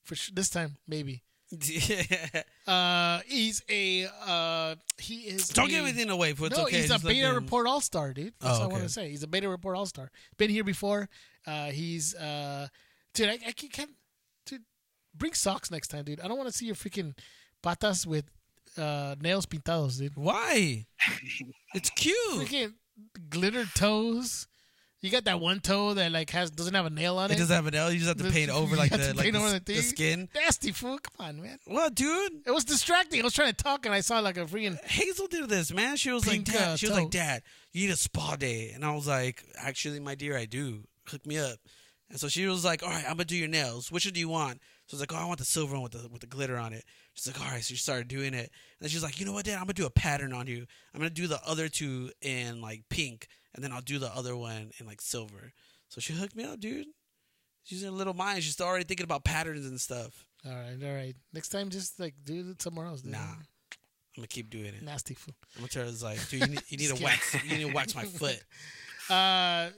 Speaker 2: For sure. This time, maybe.
Speaker 1: don't
Speaker 2: Uh, he's a uh, he is.
Speaker 1: give
Speaker 2: a-
Speaker 1: anything away. But it's
Speaker 2: no,
Speaker 1: okay.
Speaker 2: he's a
Speaker 1: Just let
Speaker 2: beta
Speaker 1: them-
Speaker 2: report all star, dude. That's
Speaker 1: Oh,
Speaker 2: what I want to
Speaker 1: okay.
Speaker 2: say. He's a beta report all star. Been here before. Uh, he's uh, dude. I, I can't, dude. Bring socks next time, dude. I don't want to see your freaking patas with uh, nails pintados, dude.
Speaker 1: Why? It's cute.
Speaker 2: Freaking glittered toes. You got that one toe that like has doesn't have a nail on it.
Speaker 1: It doesn't have an L. You just have to paint over like
Speaker 2: You have
Speaker 1: the
Speaker 2: to
Speaker 1: like
Speaker 2: paint
Speaker 1: the,
Speaker 2: over
Speaker 1: s- the
Speaker 2: thing.
Speaker 1: skin.
Speaker 2: Nasty fool. Come on, man.
Speaker 1: What, dude?
Speaker 2: It was distracting. I was trying to talk and I saw like a freaking.
Speaker 1: Hazel did this, man. She was
Speaker 2: Pink,
Speaker 1: like, Dad,
Speaker 2: uh,
Speaker 1: she was like,
Speaker 2: toe.
Speaker 1: Dad, you need a spa day. And I was like, Actually, my dear, I do. Hook me up. And so she was like, All right, I'm gonna do your nails. Which one do you want? So I was like, oh, I want the silver one with the with the glitter on it. She's like, all right. So she started doing it, and then she's like, you know what, Dad? I'm gonna do a pattern on you. I'm gonna do the other two in like pink, and then I'll do the other one in like silver. So she hooked me up, dude. She's in a little mind. She's already thinking about patterns and stuff.
Speaker 2: All right, all right. Next time, just like do it somewhere else. Dude.
Speaker 1: Nah, I'm gonna keep doing it.
Speaker 2: nasty fool.
Speaker 1: I'm gonna tell her it's like, dude, you need, you need
Speaker 2: Just
Speaker 1: to wax, you need to wax my foot.
Speaker 2: Uh,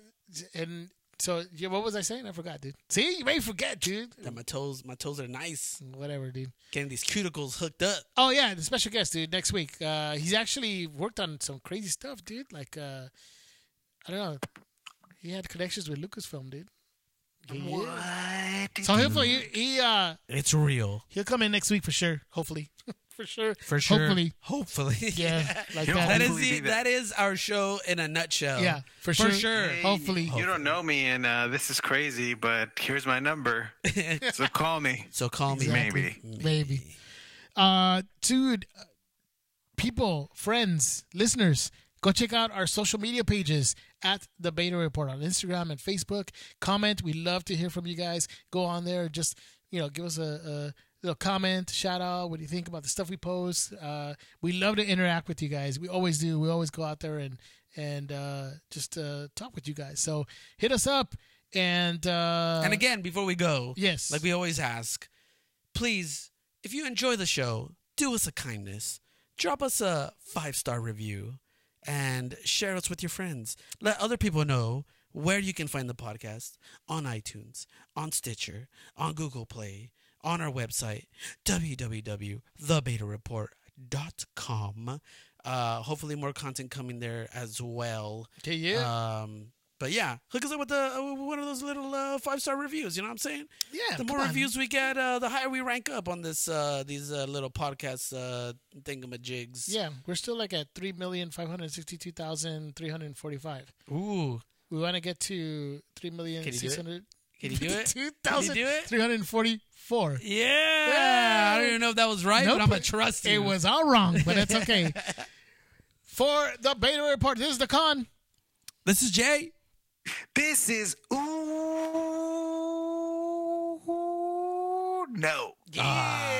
Speaker 2: and so yeah, what was I saying? I forgot, dude. See, you may forget, dude.
Speaker 1: That my toes, my toes are nice.
Speaker 2: Whatever, dude.
Speaker 1: Getting these cuticles hooked up.
Speaker 2: Oh yeah, the special guest, dude. Next week, uh, he's actually worked on some crazy stuff, dude. Like, uh, I don't know, he had connections with Lucasfilm, dude. Yeah, yeah.
Speaker 3: What?
Speaker 2: So hopefully he, he uh
Speaker 1: It's real,
Speaker 2: Mm-hmm. he'll come in next week for sure. Hopefully, for sure.
Speaker 1: for sure.
Speaker 2: Hopefully.
Speaker 1: hopefully,
Speaker 2: Yeah, like
Speaker 3: You'll
Speaker 1: That
Speaker 2: that.
Speaker 1: is
Speaker 3: Hopefully
Speaker 1: the,
Speaker 3: be there.
Speaker 1: that is our show in a nutshell.
Speaker 2: Yeah, for
Speaker 1: for
Speaker 2: sure.
Speaker 1: sure.
Speaker 3: Hey,
Speaker 2: Hopefully.
Speaker 3: You don't know me, and uh, this is crazy, but here's my number. so call me.
Speaker 1: So call me.
Speaker 2: Exactly.
Speaker 3: Maybe.
Speaker 2: Maybe. Uh, dude, uh, people, friends, listeners, go check out our social media pages at the Beta Report on Instagram and Facebook. Comment. We love to hear from you guys. Go on there. Just you know, give us a. a Little comment, shout out. What do you think about the stuff we post? Uh, we love to interact with you guys. We always do. We always go out there and and uh, just uh, talk with you guys. So hit us up and uh,
Speaker 1: And again, before we go,
Speaker 2: Yes.
Speaker 1: like we always ask, please, if you enjoy the show, do us a kindness, drop us a five star review, and share us with your friends. Let other people know where you can find the podcast on iTunes, on Stitcher, on Google Play, on our website www.thebetareport.com. Uh, hopefully, more content coming there as well.
Speaker 2: Okay, yeah,
Speaker 1: Um, but yeah, hook us up with the, uh, one of those little uh, five star reviews. You know what I'm saying?
Speaker 2: yeah.
Speaker 1: the
Speaker 2: Oh, come
Speaker 1: more
Speaker 2: on.
Speaker 1: reviews we get, uh, the higher we rank up on this uh, these uh, little podcast uh, thingamajigs.
Speaker 2: Yeah, we're still like at three million five hundred sixty-two thousand three hundred forty-five.
Speaker 1: Ooh,
Speaker 2: We want to get to three million six hundred
Speaker 1: can you do it?
Speaker 2: two
Speaker 1: Can you do
Speaker 2: thousand
Speaker 1: it?
Speaker 2: three hundred forty-four.
Speaker 1: Yeah. I don't even know if that was right,
Speaker 2: Nope.
Speaker 1: but I'm gonna trust
Speaker 2: It
Speaker 1: you.
Speaker 2: was all wrong, but that's okay. For the beta report, this is the con.
Speaker 1: This is Jay.
Speaker 3: This is ooh no.
Speaker 1: Uh,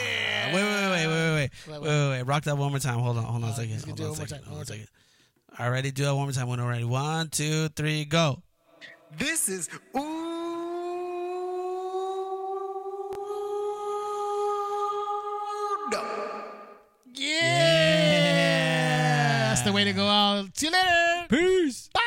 Speaker 1: wait, wait, wait, wait, wait,
Speaker 2: Wait,
Speaker 1: wait, wait,
Speaker 2: wait.
Speaker 1: wait, wait. Rock that one more time. Hold on, hold on a second.
Speaker 2: he's gonna
Speaker 1: Hold
Speaker 2: do
Speaker 1: on a
Speaker 2: it one more
Speaker 1: second. Hold on
Speaker 2: time, one
Speaker 1: a
Speaker 2: more
Speaker 1: second. All right, do it one more time. One, all right. One, two, three, go.
Speaker 3: This is ooh no.
Speaker 2: Yeah, that's the way to go out. See you later.
Speaker 1: Peace.
Speaker 2: Bye.